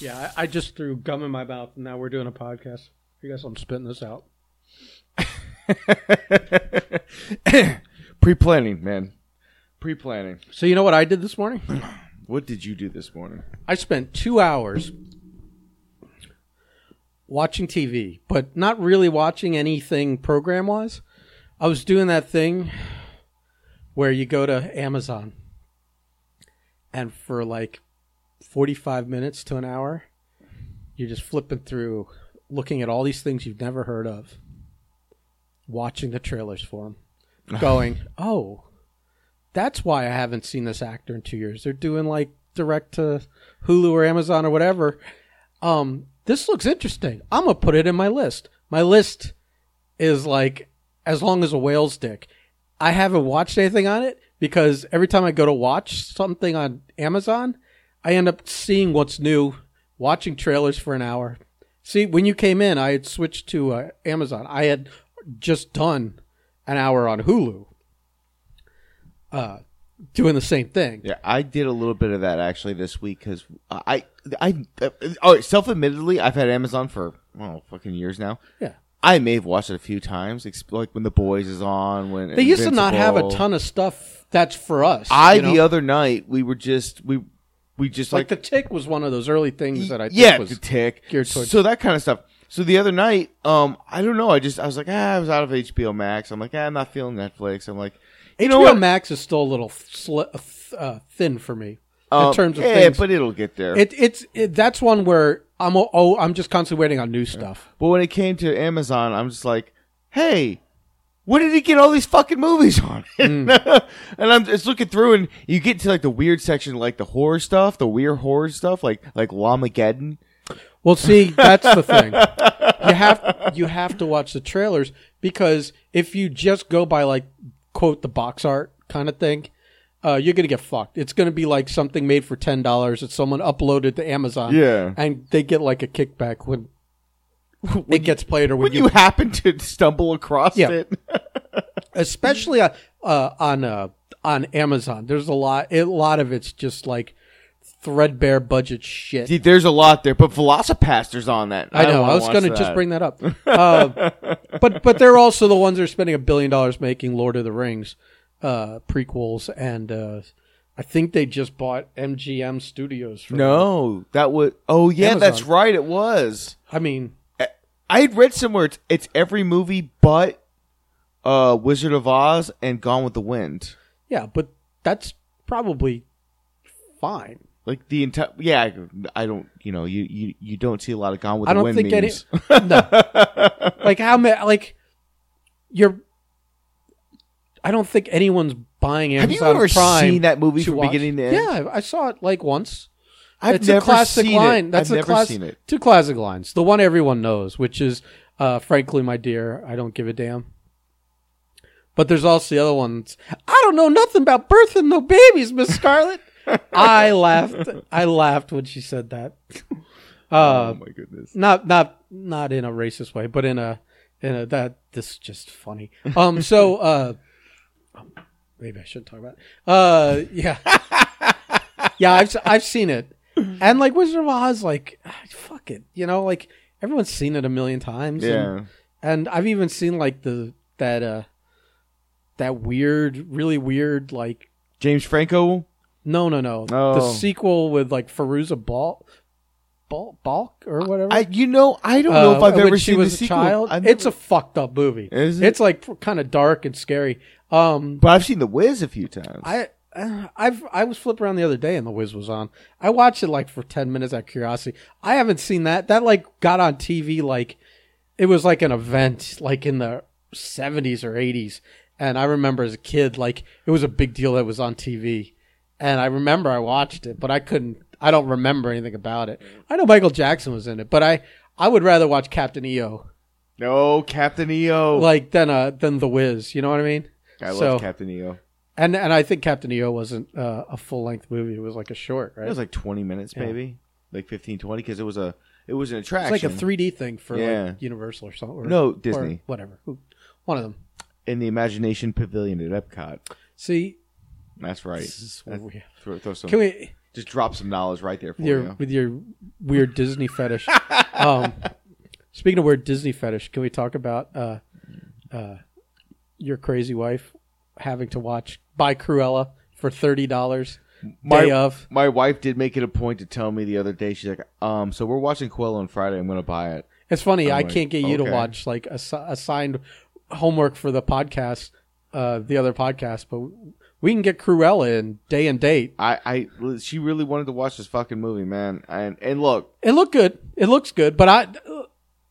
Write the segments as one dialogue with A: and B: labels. A: Yeah, I, I just threw gum in my mouth, and now we're doing a podcast. You guys, I'm spitting this out.
B: Pre planning, man. Pre planning.
A: So you know what I did this morning?
B: What did you do this morning?
A: I spent two hours watching TV, but not really watching anything program wise. I was doing that thing where you go to Amazon and for like 45 minutes to an hour, you're just flipping through, looking at all these things you've never heard of, watching the trailers for them, going, oh, that's why I haven't seen this actor in two years. They're doing like direct to Hulu or Amazon or whatever. Um, this looks interesting. I'm gonna put it in my list. My list is like as long as a whale's dick. I haven't watched anything on it because every time I go to watch something on Amazon, I end up seeing what's new, watching trailers for an hour. See, when you came in, I had switched to uh, Amazon. I had just done an hour on Hulu, uh, doing the same thing.
B: Yeah, I did a little bit of that actually this week because I, I, I oh, self admittedly, I've had Amazon for oh fucking years now.
A: Yeah.
B: I may have watched it a few times, ex- like when The Boys is on. When
A: They used to not have a
B: Invincible.
A: ton of stuff that's for us.
B: I
A: you know?
B: the other night we were just we we just
A: like
B: like,
A: the tick was one of those early things that I think
B: yeah
A: was
B: the tick
A: geared towards-
B: so that kind of stuff. So the other night, um, I don't know. I just I was like, ah, I was out of HBO Max. I'm like, ah, I'm not feeling Netflix. I'm like, you know
A: HBO
B: what?
A: Max is still a little sli- uh, th- uh, thin for me in
B: Um,
A: terms of
B: yeah,
A: things.
B: but it'll get there.
A: it, it's it, that's one where I'm o- oh I'm just constantly waiting on new stuff.
B: But when it came to Amazon, I'm just like, hey, where did he get all these fucking movies on?
A: Hmm.
B: and I'm just looking through, and you get to like the weird section, like the horror stuff, the weird horror stuff, like like Lamageddon.
A: Well, see, that's the thing. You have you have to watch the trailers because if you just go by like quote the box art kind of thing, uh, you're gonna get fucked. It's gonna be like something made for ten dollars that someone uploaded to Amazon.
B: Yeah.
A: and they get like a kickback when, it gets played or when,
B: When you happen to stumble across
A: Yeah.
B: it,
A: especially uh, uh, on uh, on Amazon. There's a lot. A lot of it's just like threadbare budget shit.
B: Dude, there's a lot there. But Velocipaster's on that.
A: I know.
B: don't
A: I,
B: wanna
A: was
B: watch
A: going to
B: that.
A: just bring that up, uh, but but they're also the ones that are spending a billion dollars making Lord of the Rings uh, prequels, and uh, I think they just bought MGM Studios. For
B: No, that was. Oh yeah,
A: Amazon.
B: that's right. It was.
A: I mean,
B: I had read somewhere it's, it's every movie but uh, Wizard of Oz and Gone with the Wind.
A: yeah, but that's probably fine.
B: Like the entire, yeah, I, I don't, you know, you, you you don't see a lot of Gone with
A: I
B: the
A: don't
B: Wind
A: think
B: memes.
A: any. No. like how many? Like you're. I don't think anyone's buying
B: Have
A: Amazon
B: you ever
A: Prime
B: seen that movie
A: to
B: from
A: watch.
B: beginning to end?
A: Yeah, I saw it like once.
B: I've
A: it's
B: never
A: a classic
B: seen
A: line.
B: it.
A: That's
B: I've
A: a
B: never
A: classic.
B: seen it.
A: Two classic lines. The one everyone knows, which is, uh, "Frankly, my dear, I don't give a damn." But there's also the other ones. I don't know nothing about birthing no babies, Miss Scarlet. I laughed. I laughed when she said that. Uh,
B: Oh my goodness.
A: not not not in a racist way, but in a in a that this is just funny. Um, so uh, maybe I shouldn't talk about. It. Uh, yeah, yeah, I've s- I've seen it, and like Wizard of Oz, like ah, fuck it, you know, like everyone's seen it a million times.
B: Yeah.
A: and, and I've even seen like the that uh that weird, really weird, like
B: James Franco.
A: no, no, no, the
B: Oh.
A: sequel with like Faruza Balk, Balk, Balk or whatever.
B: I, you know, I don't know if
A: Uh,
B: I've
A: when
B: ever
A: she
B: seen
A: was
B: the
A: a
B: sequel.
A: child.
B: I've
A: It's a
B: never-
A: fucked up movie.
B: Is it?
A: It's like kind of dark and scary. Um,
B: but I've seen The Wiz a few times.
A: I. uh, I've I was flipping around the other day and the Wiz was on. I watched it like for ten minutes out of curiosity. I haven't seen that. That like got on TV like it was like an event like in the seventies or eighties. And I remember as a kid like it was a big deal that was on TV. And I remember I watched it, but I couldn't. I don't remember anything about it. I know Michael Jackson was in it, but I I would rather watch Captain E EO
B: no, Captain E EO.
A: like than uh than the Wiz. You know what I mean?
B: I love
A: so-
B: Captain EO.
A: And and I think Captain EO wasn't uh, a full length movie; it was like a short, right?
B: It was like 20 minutes, maybe, like 15, 20, because it was a it was an
A: It's
B: attraction.
A: like a 3D thing for
B: Yeah.
A: like Universal or something. or-
B: No,
A: or
B: Disney.
A: whatever. Who- One of them.
B: in the Imagination Pavilion at Epcot.
A: See,
B: That's right.
A: this is where we
B: Throw, throw some.
A: can we
B: Just drop some knowledge right there for
A: your
B: you.
A: with your weird Disney fetish. um, speaking of weird Disney fetish, can we talk about uh, uh, your crazy wife having to watch buy Cruella for thirty dollars
B: My-
A: day of?
B: My wife did make it a point to tell me the other day. She's like, um, so we're watching Quill on Friday. I'm going to buy it.
A: It's funny.
B: I'm
A: I
B: like,
A: can't get you to
B: Oh, okay.
A: watch like ass- assigned homework for the podcast, uh, the other podcast, but we can get Cruella in day and date.
B: I, I, she really wanted to watch this fucking movie, man. And and look,
A: It looked good. It looks good, but I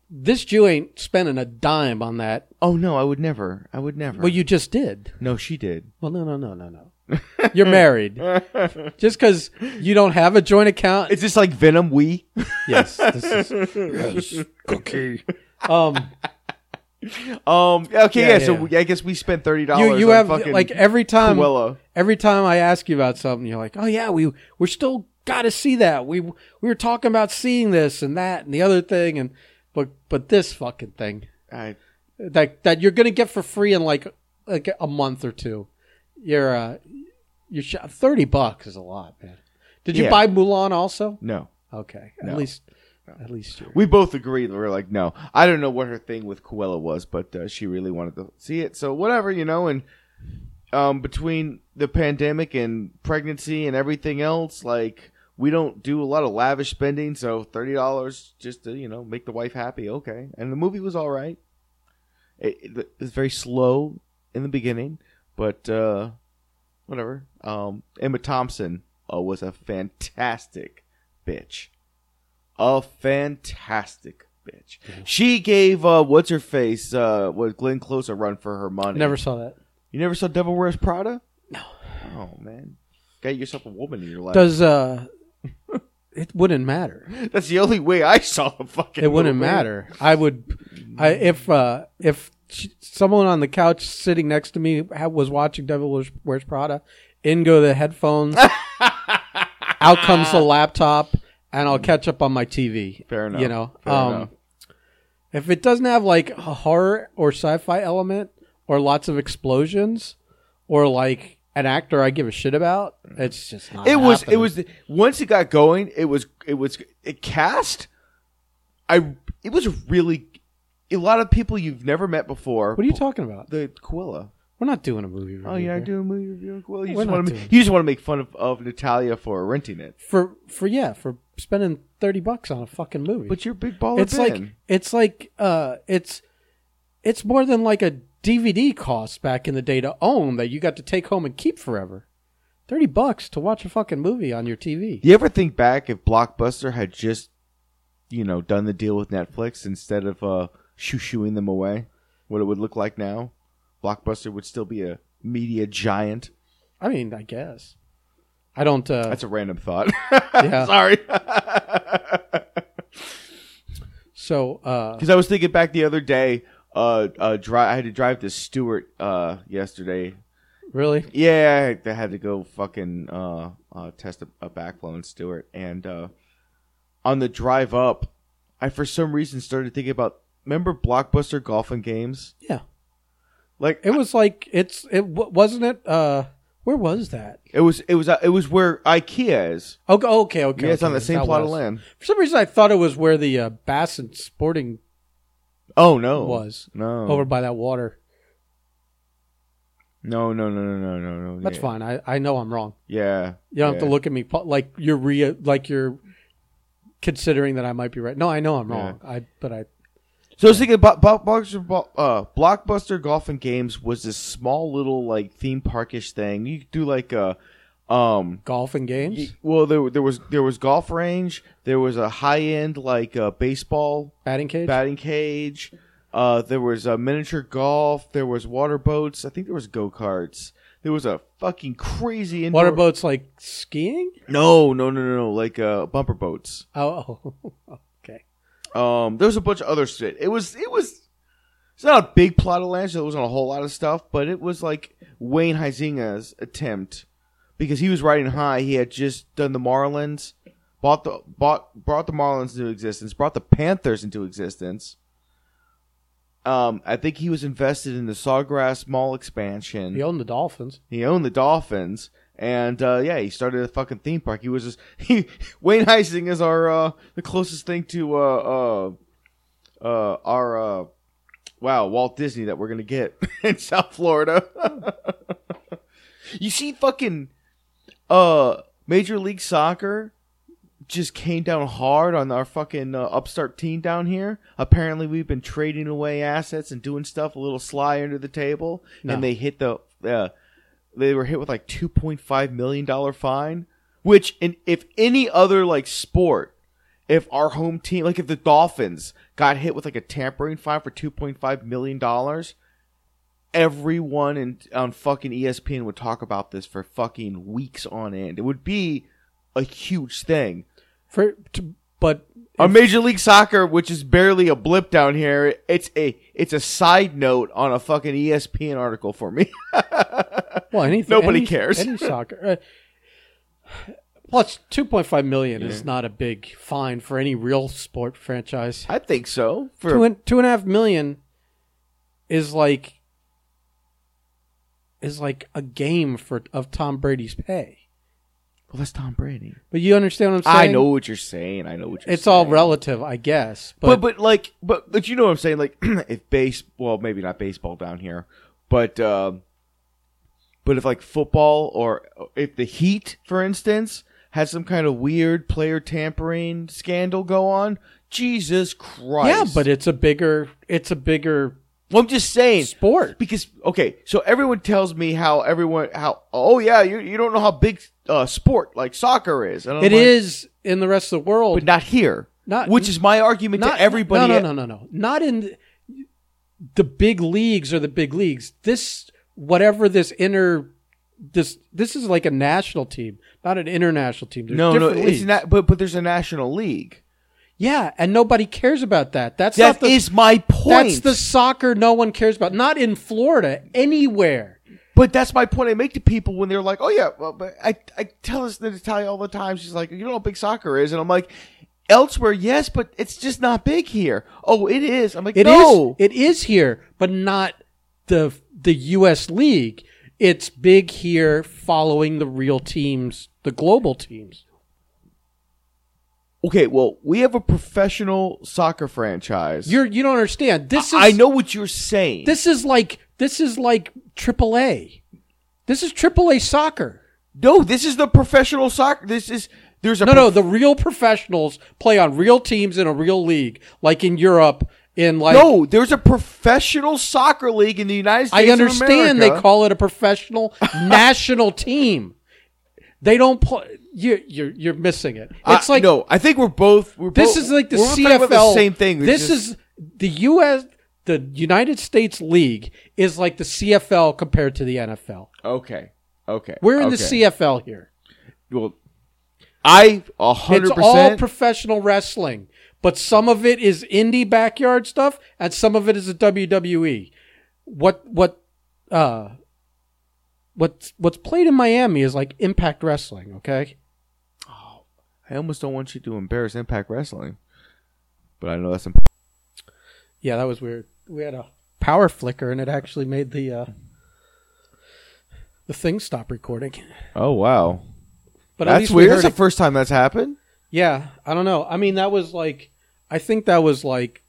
A: this Jew ain't spending a dime on that.
B: oh no, I would never. I would never.
A: Well, you just did.
B: no, she did.
A: Well, no, no, no, no, no. You're married. Just because you don't have a joint account.
B: Is this like Venom? We?
A: yes, this is cookie. Um,
B: Um. Okay.
A: Yeah,
B: Yeah.
A: yeah,
B: so
A: yeah.
B: we- I guess we spent thirty dollars.
A: you you have like um, every time
B: Cruella.
A: every time I ask you about something, you're like, oh yeah, we we're still got to see that. We we were talking about seeing this and that and the other thing, and but but this fucking thing
B: I,
A: that that you're gonna get for free in like like a month or two. You're uh, you're sh- thirty bucks is a lot, man. Did you
B: Yeah.
A: buy Mulan also?
B: no.
A: Okay,
B: No.
A: at least at least you.
B: We both agreed. We were like, no. I don't know what her thing with Cruella was, but uh, she really wanted to see it. So whatever, you know. And um, between the pandemic and pregnancy and everything else, like we don't do a lot of lavish spending. So thirty dollars just to you know make the wife happy. Okay. And the movie was all right. It, it, it's very slow in the beginning, but uh, whatever. Um, Emma Thompson uh, was a fantastic bitch a fantastic bitch.
A: Mm-hmm.
B: She gave uh, what's her face, uh, what Glenn Close a run for her money.
A: Never saw that.
B: you never saw Devil Wears Prada? No. Oh man, got yourself a woman in your life.
A: Does uh, it wouldn't matter.
B: That's the only way I saw the fucking.
A: It wouldn't
B: movie.
A: matter. I would, I if uh if sh- someone on the couch sitting next to me ha- was watching Devil Wears- Wears Prada, in go the headphones, out comes the laptop, and I'll catch up on my TV.
B: Fair enough.
A: You know,
B: Fair
A: um,
B: enough.
A: if it doesn't have like a horror or sci-fi element or lots of explosions or like an actor I give a shit about, it's just not.
B: It was. It
A: happening.
B: was. Once it got going, it was. It was. It cast. I. It was really. A lot of people you've never met before.
A: What are you talking about?
B: The Quilla.
A: We're not doing a movie. Review
B: Oh, you're
A: here.
B: not doing a movie review on Quilla. You
A: We're
B: just
A: not
B: want to.
A: doing-
B: You just want to make fun of, of Natalia for renting it.
A: for for yeah for spending thirty bucks on a fucking movie.
B: But you're a big baller.
A: it's like it's like uh it's it's more than like a DVD cost back in the day to own that you got to take home and keep forever. Thirty bucks to watch a fucking movie on your TV.
B: you ever think back if Blockbuster had just, you know, done the deal with Netflix instead of uh, shoo shooing them away, what it would look like now? Blockbuster would still be a media giant.
A: I mean, I guess I don't. Uh,
B: That's a random thought.
A: Yeah.
B: Sorry,
A: so uh,
B: because I was thinking back the other day. Uh, uh, dri I had to drive to Stewart uh, yesterday
A: really,
B: Yeah, I had to go fucking uh, uh, test a, a backflow in Stewart. And uh, on the drive up, I for some reason started thinking about remember Blockbuster golfing games?
A: yeah.
B: Like
A: It was like it's it w- wasn't it. Uh, where was that?
B: it was it was uh, it was where IKEA is.
A: Okay, okay, okay.
B: Yeah, it's on
A: okay,
B: the same
A: that
B: plot of
A: was.
B: land.
A: For some reason, I thought it was where the uh, Bass and Sporting
B: Oh no,
A: was
B: no,
A: over by that water.
B: no, no, no, no, no, no, no.
A: That's
B: yeah.
A: fine. I, I know I'm wrong.
B: Yeah,
A: You don't have
B: yeah.
A: to look at me po- like you're re- like you're considering that I might be right. No, I know I'm wrong. I but I
B: So I was thinking about Blockbuster, uh, Blockbuster Golf and Games was this small little like theme parkish thing. You could do like a, um,
A: golf and games.
B: Y- Well, there there was there was golf range. There was a high end like uh, baseball
A: batting cage.
B: batting cage. Uh, there was uh, miniature golf. There was water boats. I think there was go karts. There was a fucking crazy indoor-
A: Water boats like skiing?
B: No, no, no, no, no. Like uh, bumper boats.
A: Oh, oh. okay.
B: Um, there was a bunch of other shit. It was it was. It's not a big plot of land. So there wasn't a whole lot of stuff, but it was like Wayne Huizinga's attempt because he was riding high. He had just done the Marlins, bought the bought brought the Marlins into existence, brought the Panthers into existence. Um, I think he was invested in the Sawgrass Mall expansion.
A: He owned the Dolphins.
B: He owned the Dolphins, And uh, yeah, he started a fucking theme park. He was just he, Wayne Heising is our uh, the closest thing to uh, uh, uh, our uh, wow Walt Disney that we're gonna get in South Florida. you see, fucking uh, Major League Soccer just came down hard on our fucking uh, upstart team down here. Apparently, we've been trading away assets and doing stuff a little sly under the table,
A: No.
B: and they hit the uh, they were hit with like two point five million dollar fine. Which, in, if any other like sport, if our home team, like if the Dolphins got hit with like a tampering fine for two point five million dollars, everyone in, on fucking E ESPN would talk about this for fucking weeks on end. It would be a huge thing.
A: For to, but
B: Our Major League Soccer, which is barely a blip down here, it's a it's a side note on a fucking E ESPN article for me.
A: well, anything
B: Nobody
A: any-
B: cares.
A: Any soccer. Uh, plus, two point five million is not a big fine for any real sport franchise.
B: I think so. For
A: Two and two and a half million is like is like a game for of Tom Brady's pay.
B: well, that's Tom Brady.
A: But you understand what I'm
B: I
A: saying?
B: know what you're saying. I know what you're.
A: It's
B: saying.
A: all relative, I guess. But,
B: but but like but but you know what I'm saying like if base well maybe not baseball down here but um, but if like football or if the Heat for instance had some kind of weird player tampering scandal go on Jesus Christ
A: yeah, but it's a bigger it's a bigger
B: well, I'm just saying
A: sport.
B: because okay so everyone tells me how everyone how oh yeah you you don't know how big uh, sport like soccer is and I'm
A: It
B: like,
A: is in the rest of the world.
B: but not here
A: Not-
B: which is my argument to everybody e-
A: No, no, no, no, no. Not in th- the big leagues or the big leagues. This whatever this inner this this is like a national team, not an international team. There's
B: no, no,
A: different
B: it's
A: leagues.
B: not. But but there's a national league.
A: Yeah, and nobody cares about that. That's
B: That
A: not
B: is
A: the,
B: my point.
A: That's the soccer no one cares about. Not in Florida, anywhere.
B: but that's my point I make to people when they're like, "Oh yeah," well, but I I tell this to Natalia all the time. She's like, "You know how big soccer is," and I'm like, "Elsewhere, yes, but it's just not big here." Oh, it is. I'm like,
A: It is.
B: "No,
A: it is here, but not the the US league. It's big here following the real teams, the global teams.
B: okay." Well, we have a professional soccer franchise.
A: You're you don't understand. This is
B: I know what you're saying.
A: this is like this is like AAA. This is AAA soccer.
B: no, this is the professional soccer. This is there's a
A: No, no, the real professionals play on real teams in a real league, like in Europe. In like,
B: no, there's a professional soccer league in the United States.
A: I understand
B: of
A: they
B: America.
A: call it a professional national team. They don't play. You, you're you're missing it. It's
B: I-
A: like
B: no. I think we're both. We're
A: This
B: both-
A: is like the
B: we're both talking
A: CFL.
B: about the same thing.
A: This is the U.S. The United States League is like the CFL compared to the NFL.
B: okay. Okay,
A: We're in
B: okay.
A: the CFL here.
B: Well, I a hundred
A: It's all
B: percent.
A: professional wrestling, but some of it is indie backyard stuff, and some of it is the WWE. What what uh what's what's played in Miami is like Impact Wrestling. Okay,
B: I almost don't want you to embarrass Impact Wrestling, but I know that's.
A: yeah, that was weird. We had a power flicker, and it actually made the uh the thing stop recording.
B: oh wow,
A: But at
B: that's
A: least we
B: weird.
A: heard
B: That's the
A: it.
B: first time that's happened.
A: Yeah, I don't know. I mean, that was like, I think that was like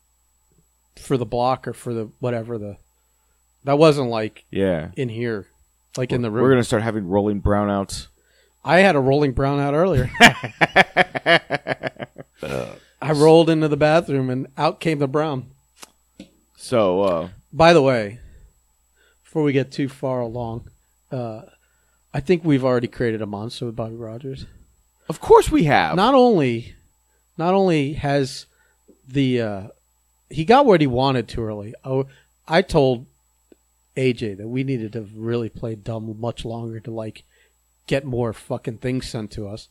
A: for the block or for the whatever the. That wasn't like
B: Yeah,
A: in here, like in the room.
B: we're gonna start having rolling brownouts.
A: I had a rolling brownout earlier. I rolled into the bathroom and out came the brown.
B: So uh,
A: By the way, before we get too far along, uh, I think we've already created a monster with Bobby Rogers.
B: of course we have.
A: not only not only has the uh, he got what he wanted too early. Oh, I told AJ that we needed to really play dumb much longer to like get more fucking things sent to us.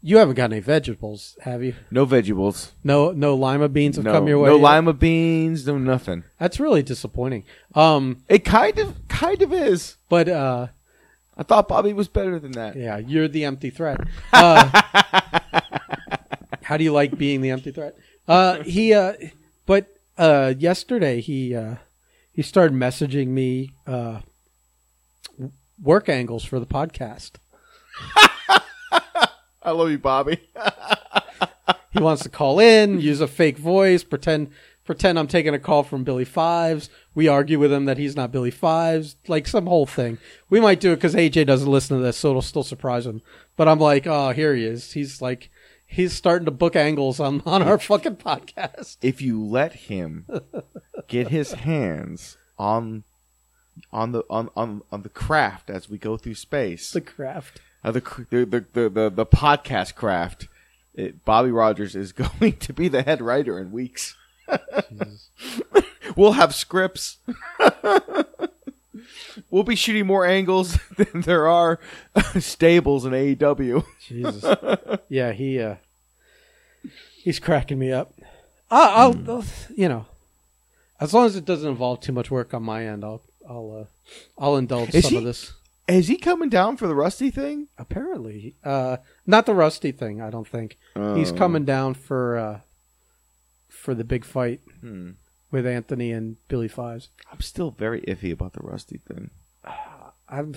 A: You haven't got any vegetables, have you?
B: no vegetables.
A: No, no lima beans have
B: No,
A: come your way.
B: no
A: yet?
B: lima beans. No nothing.
A: That's really disappointing. Um,
B: It kind of, kind of is.
A: but uh,
B: I thought Bobby was better than that.
A: yeah, you're the empty threat. Uh, how do you like being the empty threat? Uh, he, uh, but uh, yesterday he uh, he started messaging me uh, work angles for the podcast,
B: I love you, Bobby.
A: He wants to call in, use a fake voice, pretend pretend I'm taking a call from Billy Fives. We argue with him that he's not Billy Fives, like some whole thing. We might do it because AJ doesn't listen to this, so it'll still surprise him. But I'm like, oh, here he is. He's like, he's starting to book angles on on our fucking podcast.
B: If you let him get his hands on on the on, on, on the craft as we go through space,
A: The craft.
B: uh, the, cr- the, the, the, the the podcast craft, it, Bobby Rogers is going to be the head writer in weeks. we'll have scripts. we'll be shooting more angles than there are stables in E AEW.
A: Jesus. yeah, he uh he's cracking me up. I, I'll,
B: Hmm.
A: I'll you know, as long as it doesn't involve too much work on my end, I'll I'll uh, I'll indulge
B: Is
A: some of
B: he-
A: this.
B: Is he coming down for the Rusty thing?
A: Apparently, uh, not the rusty thing. I don't think he's
B: Oh.
A: coming down for uh for the big fight
B: Hmm.
A: with Anthony and Billy Fives.
B: I'm still very iffy about the Rusty thing.
A: I'm.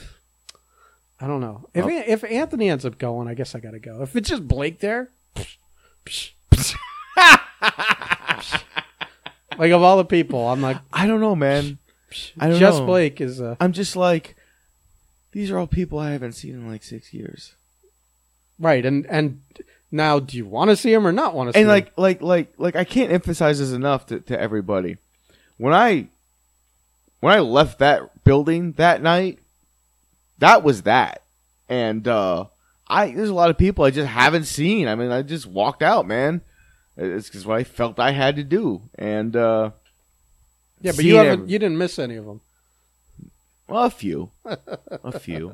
A: I don't know if
B: Oh.
A: if Anthony ends up going. I guess I gotta go. If it's just Blake there, psh, psh, psh. like of all the people, I'm like
B: I don't know, man.
A: psh,
B: I don't
A: just
B: know.
A: Blake is uh,
B: I'm just like, these are all people I haven't seen in like six years.
A: right. And and now, do you want to see him or not want to? see
B: and
A: him?
B: like like like like i can't emphasize this enough to, to everybody when i when i left that building that night that was that and uh i there's a lot of people i just haven't seen i mean i just walked out man it's because what i felt i had to do and uh
A: yeah, but
B: seeing
A: you haven't.
B: him.
A: You didn't miss any of them.
B: well, a few a few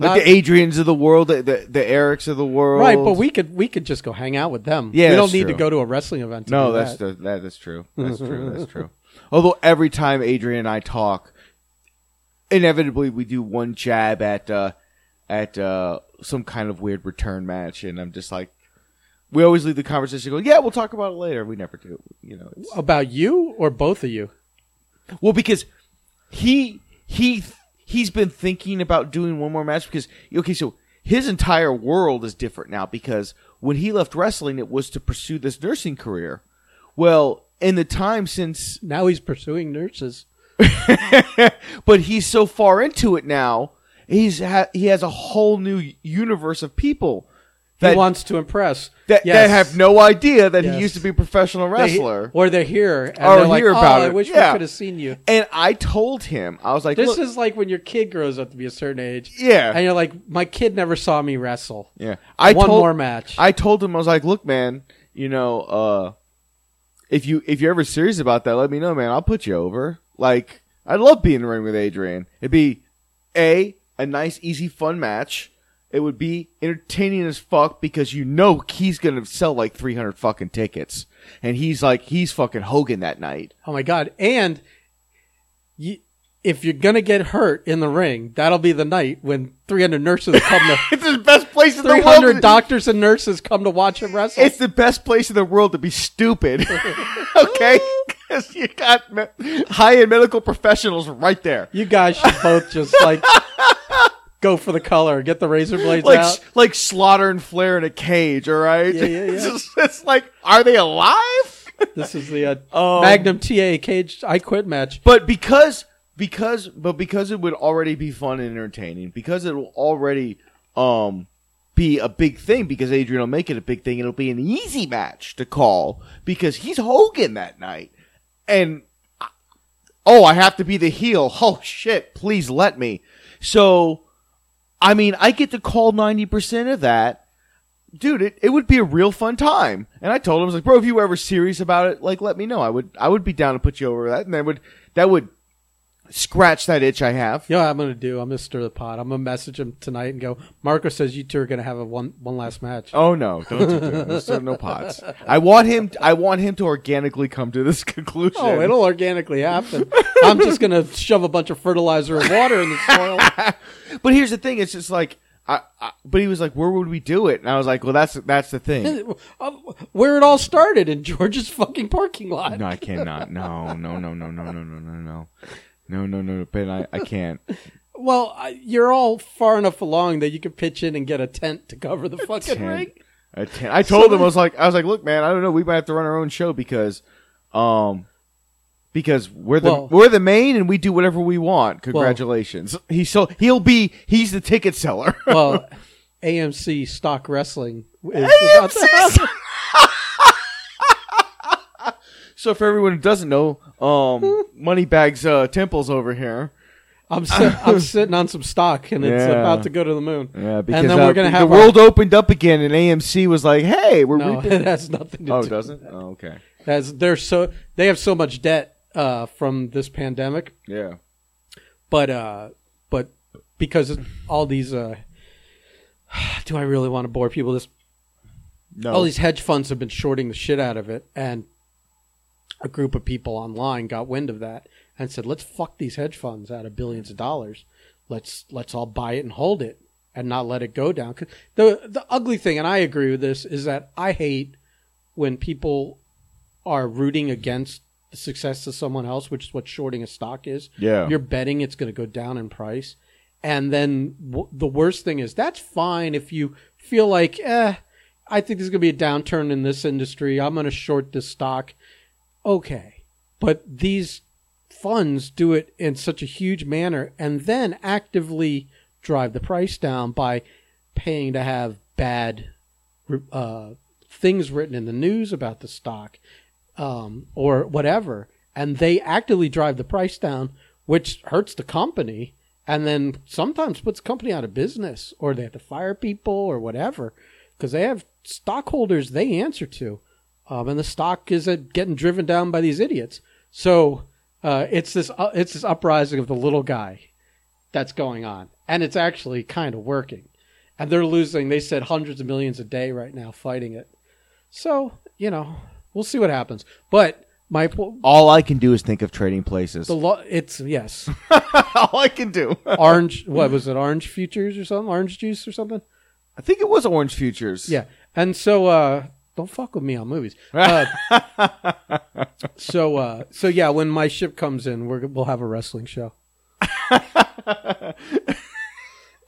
A: Not-
B: like the adrians of the world the, the the erics of the world
A: Right, but we could we could just go hang out with them.
B: Yeah,
A: we don't
B: that's
A: need to
B: true.
A: go to a wrestling event. To
B: No,
A: do
B: that's
A: that.
B: the, that is true. That's true. That's true. Although every time Adrian and I talk, inevitably we do one jab at uh, at uh, some kind of weird return match, and I'm just like, we always leave the conversation going, "Yeah, we'll talk about it later." We never do, you know. It's,
A: about you or both of you.
B: well, because he he he's been thinking about doing one more match because okay, so his entire world is different now because when he left wrestling, it was to pursue this nursing career. Well, in the time since,
A: Now he's pursuing nurses.
B: but he's so far into it now, he's ha- he has a whole new universe of people that
A: he wants to impress.
B: that, that
A: Yes.
B: have no idea that
A: Yes.
B: he used to be a professional
A: They-
B: wrestler.
A: or they're here and
B: Or
A: they're like,
B: hear about
A: "Oh, I
B: it."
A: wish
B: Yeah.
A: we could have seen you."
B: and I told him, I was like,
A: This
B: "Look,
A: is like when your kid grows up to be a certain age,
B: yeah,
A: and you're like, "My kid never saw me wrestle."
B: yeah." I
A: One
B: told,
A: more match.
B: I told him I was like, "Look, man, you know, uh, if you if you're ever serious about that, let me know, man. I'll put you over. Like, I love being in the ring with Adrian. It'd be a a nice, easy, fun match. It would be entertaining as fuck because you know he's gonna sell like three hundred fucking tickets, and he's like he's fucking Hogan that night.
A: oh my god! And you, if you're gonna get hurt in the ring, that'll be the night when 300 nurses come to
B: It's the best place in the world.
A: 300 doctors and nurses come to watch him wrestle.
B: It's the best place in the world to be stupid. okay. Because you got me- high end medical professionals right there.
A: You guys should both just like go for the color, get the razor blades
B: like
A: out.
B: like slaughter and flair in a cage. All right,
A: Yeah, yeah, yeah.
B: It's, just- it's like, are they alive?
A: This is the uh,
B: Um,
A: Magnum TA cage I quit match.
B: But because because but because it would already be fun and entertaining, because it will already um be a big thing. Because Adrian will make it a big thing. It'll be an easy match to call because he's Hogan that night, and I- oh, I have to be the heel. Oh shit! Please let me. So. I mean, I get to call 90% of that. Dude, it, it would be a real fun time. And I told him, I was like, bro, if you were ever serious about it, like, let me know. I would, I would be down to put you over that. And that would, that would scratch that itch I have.
A: You know what I'm gonna do? I'm gonna stir the pot. I'm gonna message him tonight and go. Marco says you two are gonna have a one one last match.
B: Oh no, don't do that. There's no pots. I want him, I want him to organically come to this conclusion.
A: Oh, it'll organically happen. I'm just gonna shove a bunch of fertilizer and water in the soil.
B: but here's the thing. It's just like, I, I, but he was like, where would we do it? And I was like, well, that's, that's the thing.
A: Where it all started in George's fucking parking lot.
B: No, I cannot. No, no, no, no, no, no, no, no, no, no, no, no, no, no, Ben. I, I can't.
A: Well, I- you're all far enough along that you could pitch in and get a tent to cover the fucking
B: tent.
A: ring.
B: A ten- I told
A: So
B: him I was like I was like, look, man, I don't know. We might have to run our own show because, um, because we're the
A: Well-
B: we're the main and we do whatever we want. Congratulations. he so he'll be he's the ticket seller.
A: Well, AMC stock wrestling is about
B: AMC. so for everyone who doesn't know, um, Moneybags uh, Temple's over here.
A: I'm sit- I'm sitting on some stock and it's
B: Yeah.
A: about to go to the moon.
B: Yeah, because
A: and then
B: uh,
A: we're gonna
B: the
A: have
B: world opened up again, and AMC was like, "Hey, we're
A: Our, no,
B: reaping-
A: it has nothing to
B: Oh,
A: do.
B: it doesn't? Oh, okay.
A: That's they're so they have so much debt uh, from this pandemic,
B: Yeah.
A: but uh, but because of all these, uh, do I really want to bore people? This
B: No.
A: all these hedge funds have been shorting the shit out of it, and a group of people online got wind of that and said, "Let's fuck these hedge funds out of billions of dollars. Let's let's all buy it and hold it and not let it go down." 'Cause the the ugly thing, and I agree with this, is that I hate when people are rooting against the success of someone else, which is what shorting a stock is.
B: Yeah.
A: You're betting it's going to go down in price. And then w- the worst thing is that's fine if you feel like, eh, I think there's going to be a downturn in this industry. I'm going to short this stock. Okay. But these funds do it in such a huge manner and then actively drive the price down by paying to have bad uh, things written in the news about the stock um, or whatever, and they actively drive the price down, which hurts the company, and then sometimes puts the company out of business, or they have to fire people or whatever, because they have stockholders they answer to, um, and the stock is uh, getting driven down by these idiots. So uh, it's this uh, it's this uprising of the little guy that's going on, and it's actually kind of working. And they're losing. They said hundreds of millions a day right now fighting it. So you know, we'll see what happens. But my po-
B: All I can do is think of trading places.
A: the law. It's yes,
B: All I can do.
A: orange. what was it? Orange futures or something? Orange juice or something?
B: I think it was Orange Futures.
A: Yeah. And so, uh, don't fuck with me on movies. Uh, so, uh, so yeah, when my ship comes in, we're, we'll have a wrestling show.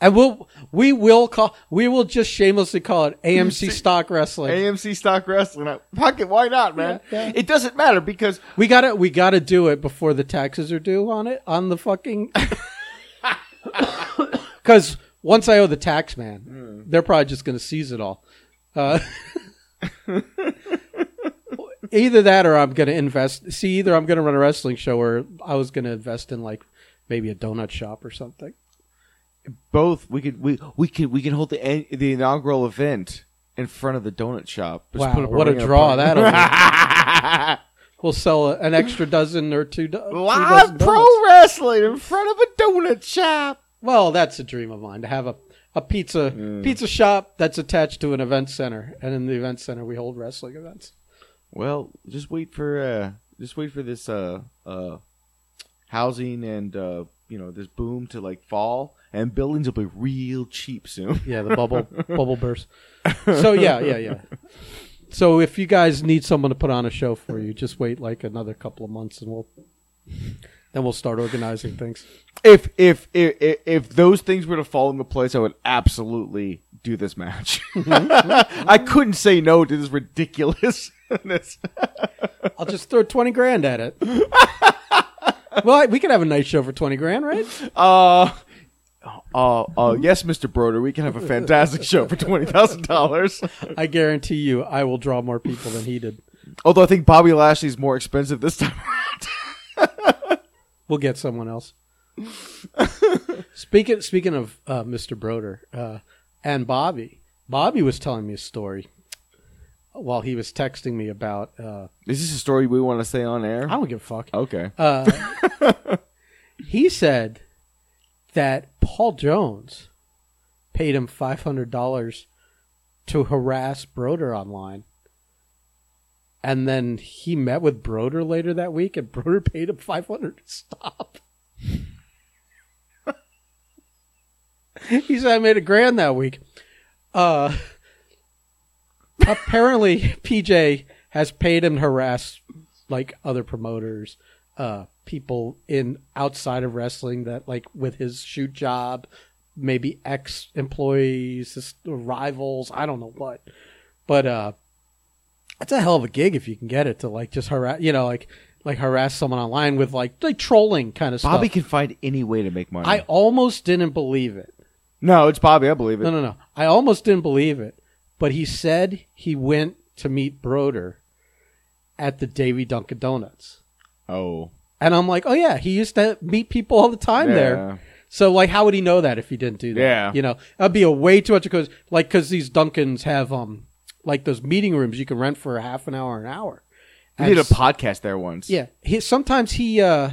A: and we'll we will call we will just shamelessly call it AMC Stock Wrestling.
B: AMC Stock Wrestling. I- Fuck it, why not, man?
A: Yeah, yeah.
B: It doesn't matter because
A: We gotta we gotta do it before the taxes are due on it on the fucking. Because once I owe the tax man,
B: Hmm.
A: they're probably just gonna seize it all. Uh, either that, or I'm gonna invest. See, either I'm gonna run a wrestling show, or I was gonna invest in like maybe a donut shop or something.
B: both we could we we could we can hold the an- the inaugural event in front of the donut shop. Just
A: Wow,
B: put up
A: what a
B: ring and
A: draw
B: party.
A: that'll We'll sell a, an extra dozen or two. do- two dozen
B: Live pro
A: donuts.
B: wrestling in front of a donut shop.
A: Well, that's a dream of mine to have a, a pizza
B: Mm.
A: pizza shop that's attached to an event center, and in the event center we hold wrestling events.
B: Well, just wait for uh just wait for this uh uh housing and uh you know this boom to like fall and buildings will be real cheap soon.
A: Yeah, the bubble bubble burst. So yeah, yeah, yeah. So if you guys need someone to put on a show for you, just wait like another couple of months, and we'll then we'll start organizing things.
B: if if if if- if those things were to fall into place, I would absolutely do this match. I couldn't say no to this ridiculousness.
A: I'll just throw twenty grand at it. Well, we could have a nice show for twenty grand, right?
B: Uh, uh, uh, yes, Mister Broder, we can have a fantastic show for twenty thousand dollars.
A: I guarantee you, I will draw more people than he did.
B: Although I think Bobby Lashley's more expensive this time. around.
A: We'll get someone else. speaking speaking of uh, Mr. Broder uh, and Bobby, Bobby was telling me a story while he was texting me about. Uh,
B: Is this a story we want to say on
A: I
B: air?
A: don't give a fuck. Uh,
B: Okay.
A: He said that Paul Jones paid him five hundred dollars to harass Broder online. And then he met with Broder later that week, and Broder paid him five hundred to stop. he said, "I made a grand that week." Uh, apparently, PJ has paid him to harass like other promoters. Uh, people in outside of wrestling that like with his shoe job, maybe ex employees, his rivals, I don't know what. But uh it's a hell of a gig if you can get it to like just harass, you know, like like harass someone online with like like trolling kind of
B: Bobby
A: stuff.
B: can find any way to make money.
A: I almost didn't believe it.
B: no, it's Bobby. I believe it.
A: No, no, no. I almost didn't believe it, but he said he went to meet Broder at the Davy Dunkin' Donuts,
B: Oh,
A: and I'm like, oh yeah, he used to meet people all the time there. So like, how would he know that if he didn't do that?
B: Yeah.
A: you know, that'd be a way too much because like because these Dunkins have um like those meeting rooms you can rent for a half an hour, an hour.
B: We
A: And
B: did a
A: s-
B: podcast there once.
A: yeah. He, sometimes he uh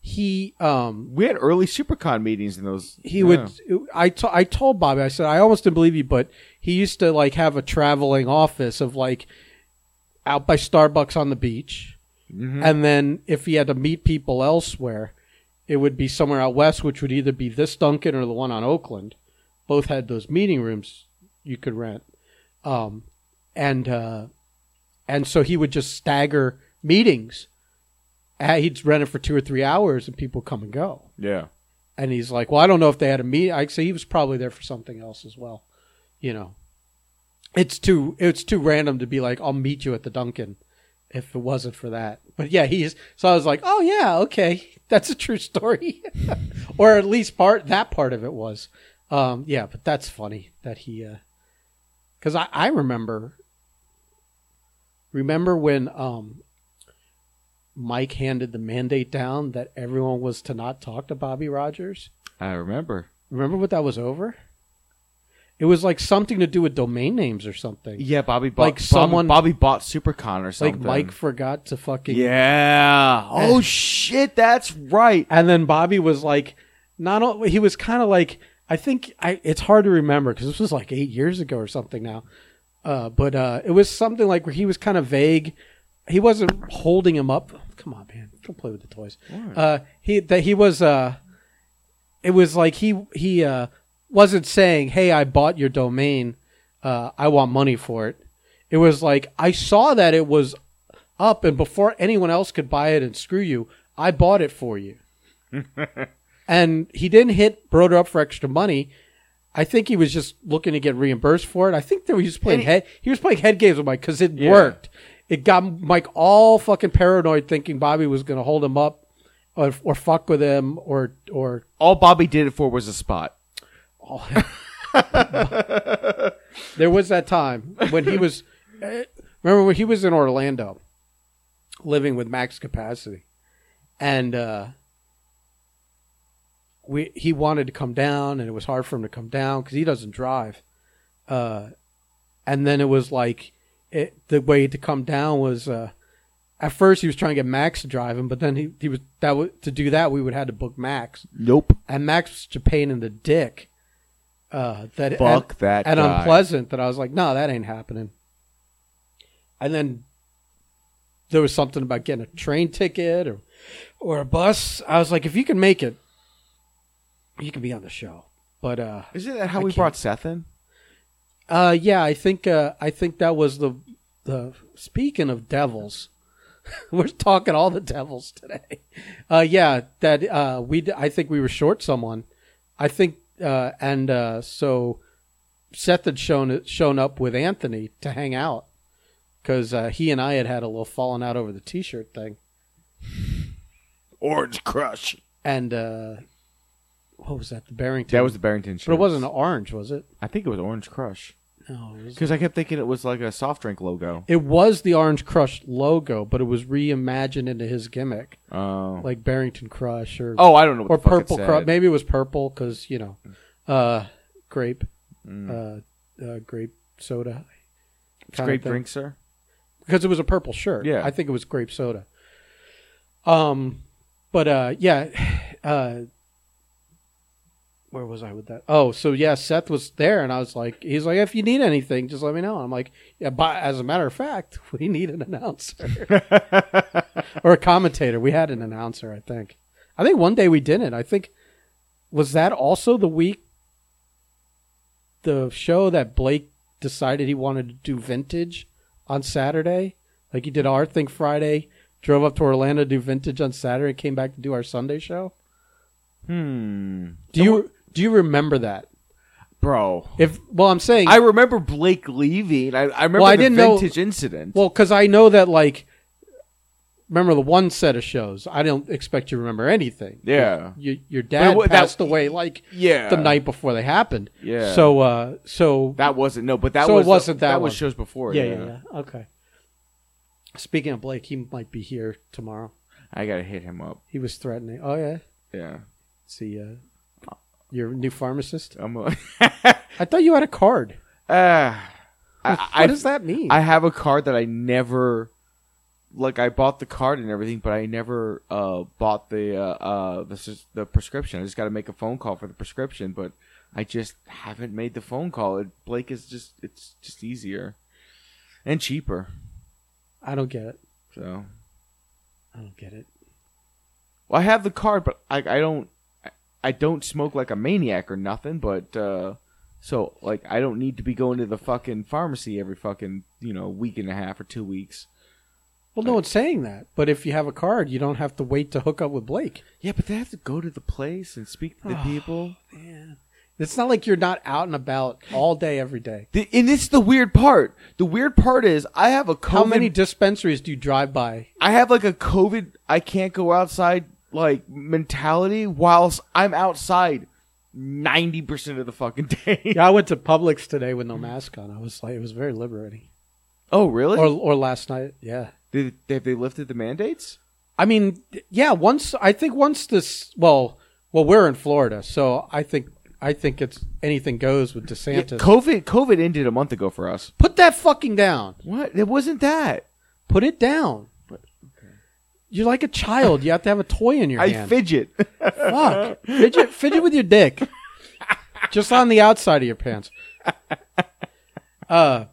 A: he um
B: we had early SuperCon meetings in those.
A: he
B: yeah.
A: would I to- I told bobby i said i almost didn't believe you but he used to like have a traveling office of like out by starbucks on the beach
B: Mhm.
A: and then if he had to meet people elsewhere it would be somewhere out west which would either be this duncan or the one on oakland both had those meeting rooms you could rent um, and uh, and so he would just stagger meetings Uh, he'd rent it for two or three hours and people come and go
B: Yeah.
A: and he's like, "Well, I don't know if they had a meet." I say he was probably there for something else as well. You know, it's too it's too random to be like, "I'll meet you at the Duncan," if it wasn't for that. But yeah, he's so I was like, "Oh yeah, okay, that's a true story," or at least part that part of it was. Um, yeah, but that's funny that he, because I I remember remember when um. Mike handed the mandate down that everyone was to not talk to Bobby Rogers.
B: I remember.
A: Remember what that was over? It was like something to do with domain names or something.
B: Yeah, Bobby bought
A: Like
B: Bobby-
A: someone-
B: Bobby, bought SuperCon or
A: like
B: something.
A: Mike forgot to fucking
B: Yeah. Oh shit, that's right.
A: And then Bobby was like, not only he was kind of like, I think I it's hard to remember because this was like eight years ago or something now. Uh, but uh, it was something like where he was kind of vague. He wasn't holding him up. Come on, man, don't play with the toys.
B: What?
A: Uh, he that he was. Uh, it was like he he uh, wasn't saying, "Hey, I bought your domain. Uh, I want money for it." It was like I saw that it was up, and before anyone else could buy it and screw you, I bought it for you and he didn't hit Broder up for extra money. I think he was just looking to get reimbursed for it. I think that he was playing
B: And he-
A: head. He was playing head games with Mike because it
B: Yeah.
A: worked. It got Mike all fucking paranoid, thinking Bobby was going to hold him up, or, or fuck with him, or or
B: All Bobby did it for was a spot.
A: all. there was that time when he was. eh, Remember when he was in Orlando, living with max capacity, and uh, we he wanted to come down, and it was hard for him to come down because he doesn't drive. Uh, and then it was like it, the way to come down was. Uh, at first, he was trying to get Max to drive him, but then he, he was that w- to do that we would have had to book Max
B: Nope.
A: and Max was such a pain in the dick. Uh, that
B: Fuck
A: and,
B: that
A: and
B: guy.
A: unpleasant that I was like, no, that ain't happening. And then there was something about getting a train ticket or or a bus. I was like, if you can make it, you can be on the show. But uh,
B: Isn't that how
A: I
B: we
A: can't-
B: brought Seth in?
A: uh, yeah, I think uh, I think that was the the speaking of devils. we're talking all the devils today. Uh, yeah, that uh, we d- I think we were short someone. I think uh, and uh, so Seth had shown shown up with Anthony to hang out because uh, he and I had had a little falling out over the T-shirt thing.
B: Orange Crush.
A: And uh, what was that? The Barrington.
B: That was the Barrington show.
A: but it wasn't orange, was it?
B: I think it was Orange Crush.
A: No, it was
B: Because I kept thinking it was like a soft drink logo.
A: It was the Orange Crush logo, but it was reimagined into his gimmick,
B: Oh.
A: like Barrington Crush or
B: oh, I don't know what
A: or
B: the fuck
A: Purple
B: it said. Hmm.
A: Crush. Maybe it was purple because you know, uh, grape,
B: Mm.
A: uh, uh, grape soda.
B: It's grape drink, sir.
A: because it was a purple shirt.
B: Yeah.
A: I think it was grape soda. Um, but uh, yeah, uh, where was I with that? Oh, so yeah, Seth was there, and I was like, he's like, if you need anything, just let me know. I'm like, yeah, but as a matter of fact, we need an announcer or a commentator. We had an announcer, I think. I think one day we didn't. I think was that also the week the show that Blake decided he wanted to do vintage on Saturday. Like he did our thing Friday, drove up to Orlando to do vintage on Saturday, came back to do our Sunday show.
B: Hmm.
A: Do you do you remember that?
B: Bro.
A: If well, I'm saying
B: I remember Blake leaving. I, I remember
A: Well, I
B: the
A: didn't know-
B: vintage incident.
A: Well, because I know that like, remember the one set of shows. I don't expect you to remember anything.
B: Yeah.
A: your, your dad
B: wa- that-
A: passed away like
B: yeah.
A: the night before they happened.
B: Yeah.
A: So, uh, so
B: That wasn't no, but that
A: So it
B: was
A: wasn't that
B: was
A: one.
B: shows before.
A: yeah, yeah, yeah, Okay. Speaking of Blake, he might be here tomorrow.
B: I gotta hit him up.
A: He was threatening. Oh yeah,
B: Yeah.
A: see, uh, your new pharmacist.
B: I'm a-
A: I thought you had a card.
B: Ah.
A: What,
B: I, I,
A: does that mean?
B: I have a card that I never like I bought the card and everything, but I never uh, bought the uh, uh, the s- the prescription. I just got to make a phone call for the prescription, but I just haven't made the phone call. It, Blake is just it's just easier and cheaper.
A: I don't get it.
B: So
A: I don't get it.
B: well, I have the card, but I I don't I, I don't smoke like a maniac or nothing. But uh, so like I don't need to be going to the fucking pharmacy every fucking you know week and a half or two weeks.
A: Well, no one's saying that. But if you have a card, you don't have to wait to hook up with Blake.
B: Yeah, but they have to go to the place and speak to the
A: Ah.
B: people.
A: Yeah. It's not like you're not out and about all day, every day.
B: The, and this is the weird part. The weird part is I have a COVID.
A: How many dispensaries do you drive by?
B: I have like a COVID. I can't go outside like mentality. Whilst I'm outside ninety percent of the fucking day.
A: Yeah, I went to Publix today with no mask on. I was like, it was very liberating.
B: Oh, really?
A: Or, or last night, yeah.
B: Did- have they lifted the mandates?
A: I mean, yeah. Once I think once this, well, well, we're in Florida, so I think I think it's anything goes with
B: Yeah,
A: DeSantis.
B: COVID. COVID ended a month ago for us.
A: Put that fucking down.
B: What? It wasn't that.
A: Put it down. You're like a child. You have to have a toy in your
B: I
A: hand.
B: fidget.
A: Fuck. Fidget, fidget with your dick. Just on the outside of your pants. Uh,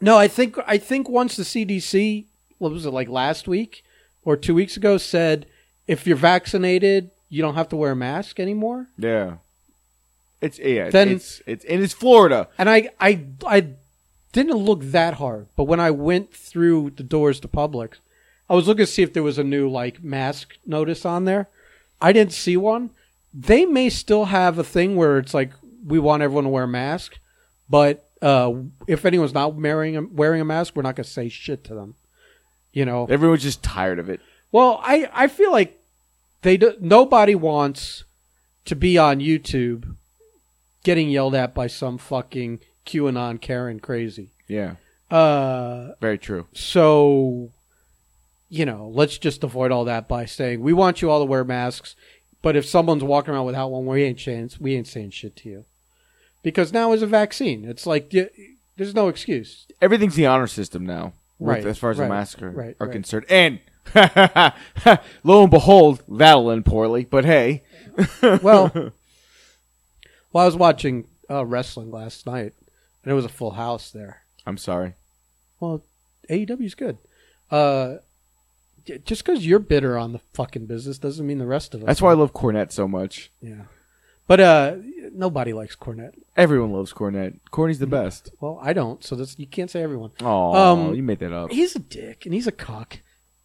A: no, I think I think once the CDC, what was it like last week or two weeks ago, said if you're vaccinated, you don't have to wear a mask anymore.
B: yeah. It's yeah.
A: Then-
B: it's it's and it's Florida.
A: And I I I didn't look that hard, but when I went through the doors to Publix, I was looking to see if there was a new like mask notice on there. I didn't see one. They may still have a thing where it's like we want everyone to wear a mask, but uh, if anyone's not wearing a, wearing a mask, we're not going to say shit to them. You know.
B: Everyone's just tired of it.
A: Well, I, I feel like they do, nobody wants to be on YouTube getting yelled at by some fucking QAnon Karen crazy.
B: Yeah.
A: Uh,
B: Very true.
A: so you know, let's just avoid all that by saying we want you all to wear masks, but if someone's walking around without one, we ain't chance, we ain't saying shit to you because now is a vaccine. It's like y- there's no excuse.
B: everything's the honor system now, with-
A: Right,
B: As far as
A: right,
B: the masks are,
A: right,
B: are
A: right.
B: concerned, and lo and behold, that'll end poorly. But hey,
A: well, well, I was watching uh, wrestling last night, and it was a full house there.
B: I'm sorry.
A: Well, AEW's good. Uh, j- just because you're bitter on the fucking business doesn't mean the rest of us.
B: That's why I love Cornette so much.
A: Yeah, but uh, nobody likes Cornette.
B: Everyone loves Cornette. Corny's the best.
A: Well, I don't, so that's you can't say everyone.
B: Oh,
A: Um,
B: you made that up.
A: He's a dick and he's a cock.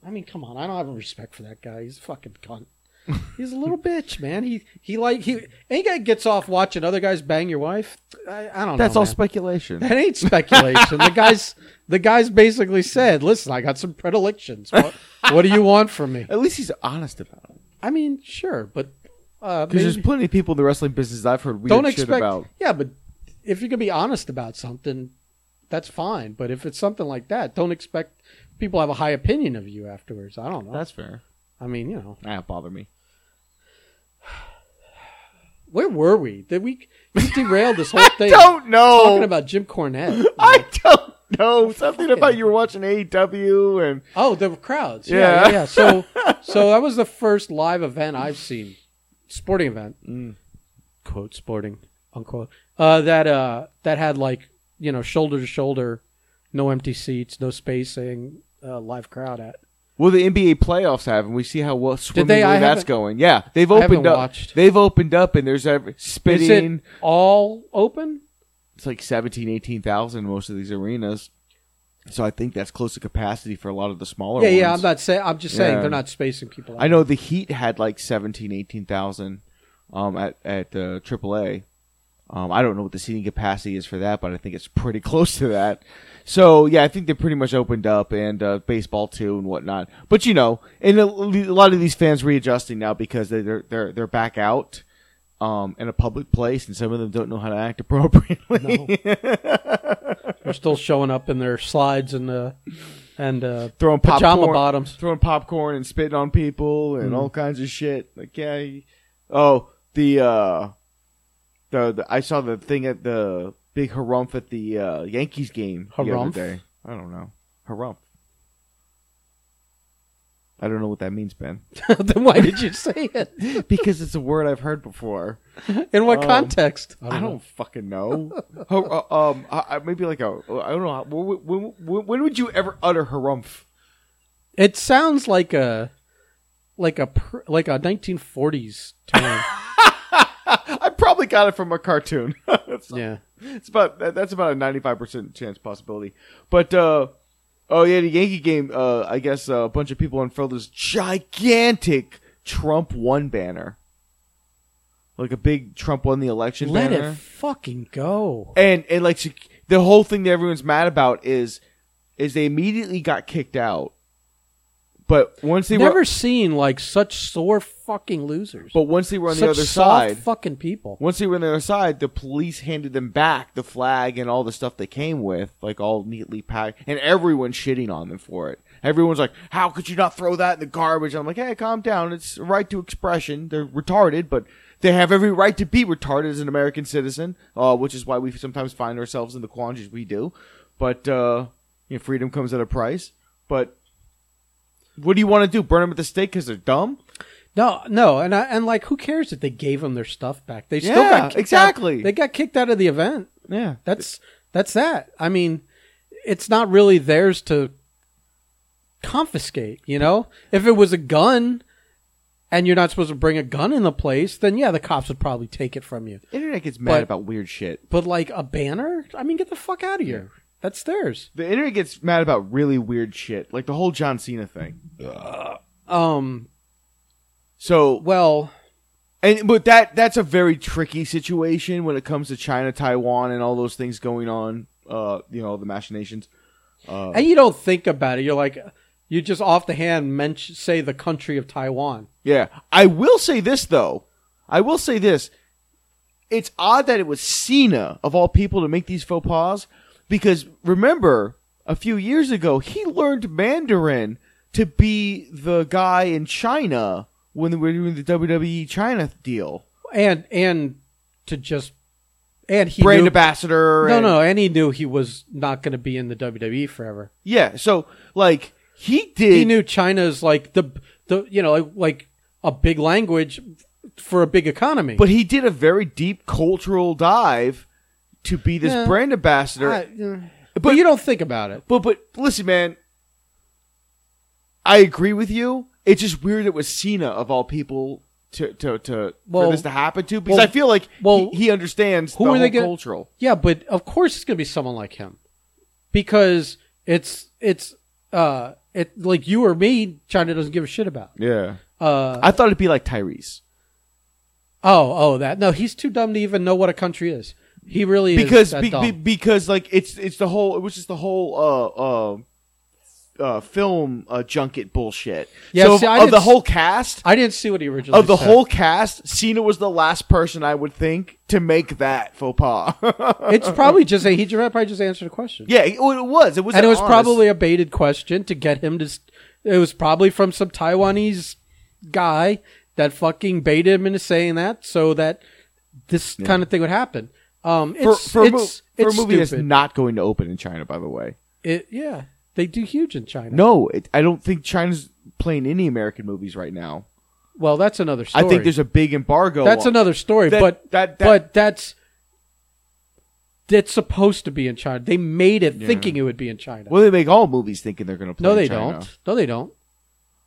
A: I mean, come on, I don't have a respect for that guy. He's a fucking cunt. He's a little bitch, man. He he like he any guy gets off watching other guys bang your wife. I, I don't know.
B: That's all
A: man.
B: speculation.
A: That ain't speculation. the guys, the guys basically said, "Listen, I got some predilections. What, what do you want from me?"
B: At least he's honest about it.
A: I mean, sure, but uh,
B: Because there's
A: maybe-
B: plenty of people in the wrestling business I've heard weird
A: don't
B: shit
A: expect.
B: about.
A: Yeah, but if you can be honest about something, that's fine. But if it's something like that, don't expect people have a high opinion of you afterwards. I don't know.
B: That's fair.
A: I mean, you know,
B: That bother me.
A: where were we? Did we we derailed this whole thing?
B: Don't
A: Talking
B: know.
A: about Jim Cornette.
B: I don't know. Something
A: Fucking-
B: about you were watching AEW and
A: Oh, the crowds. Yeah, yeah.
B: Yeah.
A: yeah. So, so that was the first live event I've seen, sporting event,
B: Mm.
A: quote sporting unquote, uh, that uh, that had like you know shoulder to shoulder, no empty seats, no spacing, uh, live crowd at.
B: Well, the NBA playoffs have, and we see how well swimmingly
A: they? I
B: that's
A: haven't-
B: going. Yeah, they've
A: I haven't
B: opened up.
A: watched.
B: They've opened up, and there's every,
A: Is
B: spitting.
A: it all open?
B: It's like 17, 18,000 most of these arenas. So I think that's close to capacity for a lot of the smaller
A: yeah,
B: ones.
A: yeah. I'm not saying. I'm just saying
B: Yeah.
A: they're not spacing people. out.
B: I know the Heat had like 17, 18,000 um, at at uh, AAA. Um, I don't know what the seating capacity is for that, but I think it's pretty close to that. So yeah, I think they pretty much opened up and uh, baseball too and whatnot. But you know, and a, a lot of these fans readjusting now because they- they're they're they're back out um, in a public place, and some of them don't know how to act appropriately.
A: They're still showing up in their slides and uh, and uh,
B: throwing popcorn,
A: pajama bottoms.
B: throwing popcorn and spitting on people and all kinds of shit. Like yeah, you- oh the uh, the, the I saw the thing at the big harumph at the uh, Yankees game the other
A: Harumph?
B: day. I don't know harumph. I don't know what that means, Ben.
A: then why did you say it?
B: because it's a word I've heard before.
A: In what
B: Um,
A: context?
B: I don't, fucking know. Har- uh, um, I, I- maybe like a I don't know. When, when- when, when would you ever utter harumph?
A: It sounds like a like a pr- like a 1940s term.
B: I probably got it from a cartoon. It's
A: yeah.
B: It's about that- that's about a ninety five percent chance possibility. But uh, oh yeah, the Yankee game. Uh, I guess uh, a bunch of people unfurled this gigantic Trump one banner, like a big Trump won the election
A: Let
B: banner,
A: it fucking go.
B: and and like sec- the whole thing that everyone's mad about is is they immediately got kicked out. But once they
A: Never
B: were,
A: seen like such sore fucking losers.
B: but once they were on
A: such
B: the other
A: soft
B: side,
A: fucking people.
B: Once they were on the other side, the police handed them back the flag and all the stuff they came with, like all neatly packed, and everyone's shitting on them for it. Everyone's like, "How could you not throw that in the garbage?" I'm like, "Hey, calm down. It's a right to expression. They're retarded, but they have every right to be retarded as an American citizen, uh, which is why we sometimes find ourselves in the quandaries we do. But uh, you know, freedom comes at a price. But what do you want to do? Burn them at the stake because they're dumb?
A: No, no, and I, and like who cares if they gave them their stuff back? They still
B: Yeah,
A: got kicked out-
B: exactly.
A: They got kicked out of the event.
B: Yeah,
A: That's that's that. I mean, it's not really theirs to confiscate, you know? If it was a gun and you're not supposed to bring a gun in the place, then yeah, the cops would probably take it from you.
B: internet gets mad
A: But-
B: about weird shit.
A: But like a banner? I mean, get the fuck out of here. That's theirs.
B: The internet gets mad about really weird shit, like the whole John Cena thing.
A: Um,
B: So,
A: well,
B: and but that that's a very tricky situation when it comes to China, Taiwan, and all those things going on. Uh, you know, the machinations. Uh,
A: and you don't think about it. You're like you just off the hand men- say the country of Taiwan.
B: yeah, I will say this though. I will say this. It's odd that it was Cena of all people to make these faux pas, because remember a few years ago he learned Mandarin to be the guy in China when they were doing the WWE China deal.
A: And and to just and he
B: brand
A: knew,
B: ambassador.
A: No,
B: and-
A: no, and he knew he was not going to be in the WWE forever.
B: Yeah, so like he did.
A: He knew China is like the the you know like, like a big language for a big economy.
B: but he did a very deep cultural dive to be this
A: Yeah.
B: brand ambassador.
A: I- but, you don't think about it.
B: but but listen, man, I agree with you. It's just weird it was Cena of all people to to to
A: Well-
B: for this to happen to because
A: well-
B: I feel like
A: well,
B: he, he understands
A: who
B: the
A: are they
B: whole
A: gonna-
B: cultural.
A: Yeah, but of course it's going to be someone like him because it's it's uh it like you or me. China doesn't give a shit about.
B: Yeah,
A: Uh
B: I thought it'd be like Tyrese
A: oh oh that no he's too dumb to even know what a country is. He really is
B: because
A: that
B: be,
A: dumb.
B: be, because like it's it's the whole it was just the whole uh uh uh film uh, junket bullshit.
A: Yeah,
B: so
A: see,
B: of,
A: I
B: of
A: didn't
B: the
A: s-
B: whole cast
A: I didn't see what he originally
B: of the
A: said.
B: whole cast, Cena was the last person I would think to make that faux pas.
A: It's probably just a, he probably just answered a question.
B: yeah, it, it was. It was,
A: and it was
B: honest.
A: probably a baited question to get him to. s it was probably from some Taiwanese guy that fucking baited him into saying that, so that this kind of thing would happen. Um,
B: for,
A: it's
B: for, a mo-
A: it's,
B: for
A: it's
B: a movie that's
A: stupid.
B: not going to open in China. By the way,
A: It- yeah, they do huge in China.
B: no, it, I don't think China's playing any American movies right now.
A: Well, that's another story.
B: I think there's a big embargo.
A: that's
B: on-
A: another story.
B: That-
A: but
B: that- that-
A: but that's that's supposed to be in China. They made it thinking it would be in China.
B: Well, they make all movies thinking they're going to play.
A: no,
B: in
A: they
B: China.
A: don't. No, they don't.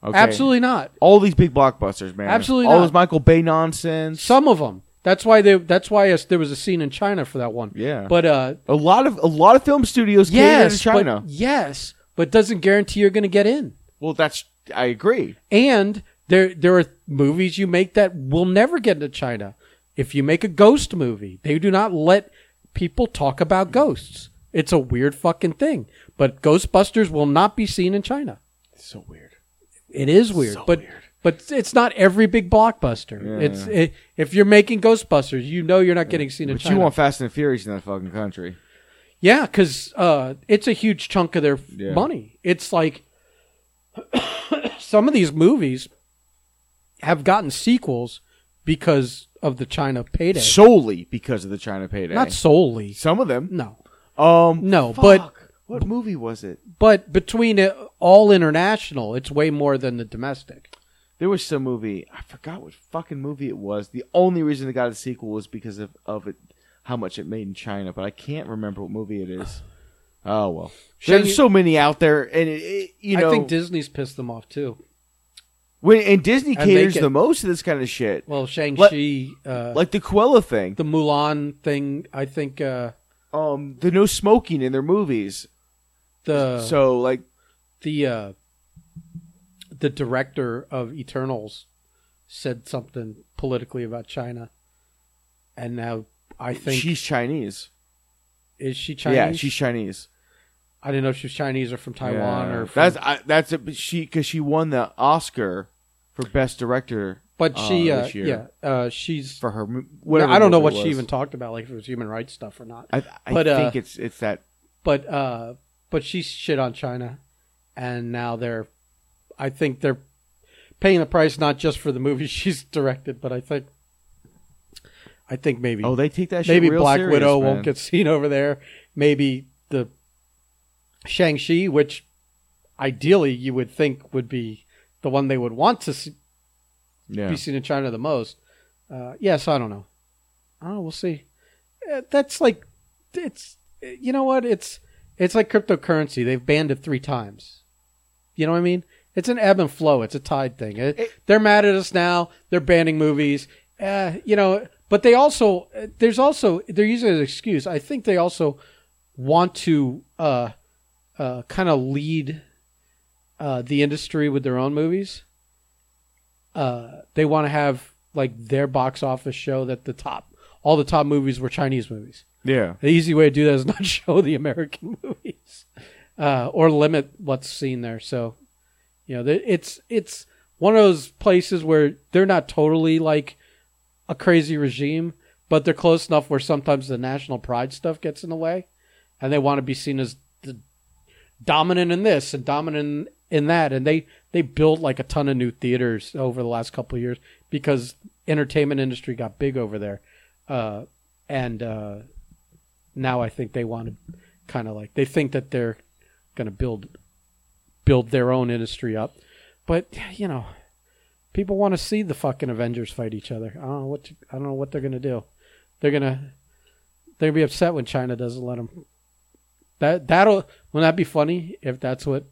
B: Okay.
A: Absolutely not.
B: All these big blockbusters, man.
A: Absolutely
B: All
A: not.
B: this Michael Bay nonsense.
A: Some of them. That's why they. That's why us- there was a scene in China for that one.
B: Yeah.
A: But uh,
B: A lot of a lot of film studios cater
A: yes,
B: to China.
A: But, yes, but doesn't guarantee you're going to get in.
B: well, that's I agree.
A: And there there are movies you make that will never get into China. If you make a ghost movie, they do not let people talk about ghosts. It's a weird fucking thing. But Ghostbusters will not be seen in China.
B: It's so weird.
A: It is weird,
B: So
A: but
B: weird.
A: but it's not every big blockbuster.
B: Yeah,
A: it's i if you're making Ghostbusters, you know you're not getting seen in
B: But
A: China.
B: you want Fast and Furious in that fucking country.
A: Yeah, because uh, it's a huge chunk of their f-
B: Yeah.
A: money. It's like some of these movies have gotten sequels because of the China payday,
B: Solely because of the China payday.
A: not solely.
B: some of them.
A: No,
B: Um
A: no,
B: fuck.
A: but
B: what movie was it?
A: but between it, all international, it's way more than the domestic.
B: There was some movie I forgot what fucking movie it was. The only reason it got a sequel was because of, of it how much it made in China, but I can't remember what movie it is. Oh well,
A: Shang-
B: there's so many out there, and it, it- you know
A: I think Disney's pissed them off too.
B: when and Disney
A: And they
B: caters
A: get-
B: the most to this kind of shit,
A: Well, Shang Chi, uh,
B: like the Cruella thing,
A: the Mulan thing. I think uh,
B: um, the no smoking in their movies.
A: the
B: so like,
A: the uh, the director of Eternals said something politically about China, and now I think
B: she's Chinese.
A: is she Chinese?
B: Yeah, she's Chinese.
A: I didn't know if she was Chinese or from Taiwan
B: Yeah.
A: or from,
B: that's I, that's a, she because she won the Oscar for best director
A: but she
B: uh,
A: uh,
B: this
A: yeah
B: year.
A: uh, she's
B: for her. mo-
A: well,
B: Whatever
A: I don't know what
B: movie it
A: she
B: was.
A: even talked about like if it was human rights stuff or not,
B: I, I
A: but, uh,
B: think it's it's that
A: but uh, but she's shit on China, and now they're I think they're paying the price not just for the movie she's directed, but I think. I think maybe
B: oh they take that shit
A: maybe
B: real
A: Black
B: serious,
A: Widow
B: man.
A: won't get seen over there. Maybe the Shang Chi, which ideally you would think would be the one they would want to see,
B: yeah.
A: be seen in China the most. Uh, yes, I don't know. I don't know. We'll see. Uh, that's like it's you know what it's it's like cryptocurrency. They've banned it three times. You know what I mean? It's an ebb and flow. It's a tide thing. It-
B: It-
A: they're mad at us now. They're banning movies. Uh, you know, but they also uh, there's also they're using it as an excuse. I think they also want to uh, uh, kind of lead uh, the industry with their own movies. Uh, they want to have like their box office show that the top all the top movies were Chinese movies.
B: yeah.
A: The easy way to do that is not show the American movies uh, or limit what's seen there. So, you know, the- it's it's one of those places where they're not totally like a crazy regime, but they're close enough where sometimes the national pride stuff gets in the way, and they want to be seen as the dominant in this and dominant in that, and they they built like a ton of new theaters over the last couple of years because entertainment industry got big over there, uh, and. Uh, now I think they want to kind of like they think that they're going to build build their own industry up. But you know, people want to see the fucking Avengers fight each other. I don't know what to, I don't know what they're going to do. They're going to they're going to be upset when China doesn't let them. That that'll wouldn't that be funny if that's what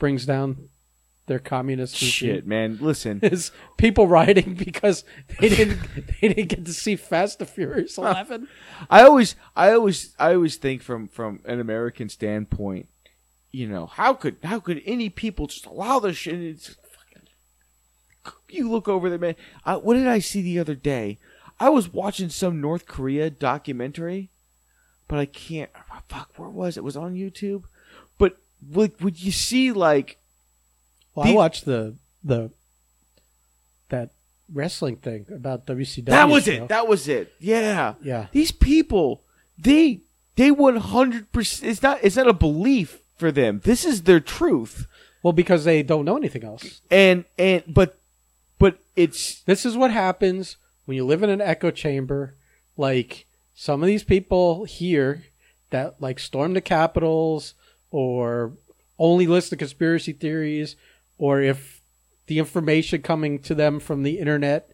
A: brings down their communist regime?
B: Shit, man. Listen,
A: Is people rioting because they didn't they didn't get to see Fast and Furious Eleven?
B: I always, I always, I always think from from an American standpoint. You know, how could how could any people just allow this shit? And It's fucking. You look over there, man. I, what did I see the other day? I was watching some North Korea documentary, but I can't. oh, Fuck, where was it? It Was on YouTube, but like, would you see like
A: Well, I
B: The-
A: watched the the that wrestling thing about WCW.
B: that was
A: show.
B: it? That was it. Yeah.
A: yeah,
B: these people they they 100% it's not it's not a belief for them this is their truth
A: well, because they don't know anything else.
B: and and but but it's
A: This is what happens when you live in an echo chamber. Like some of these people here that like storm the capitals or only listen to conspiracy theories, or if the information coming to them from the internet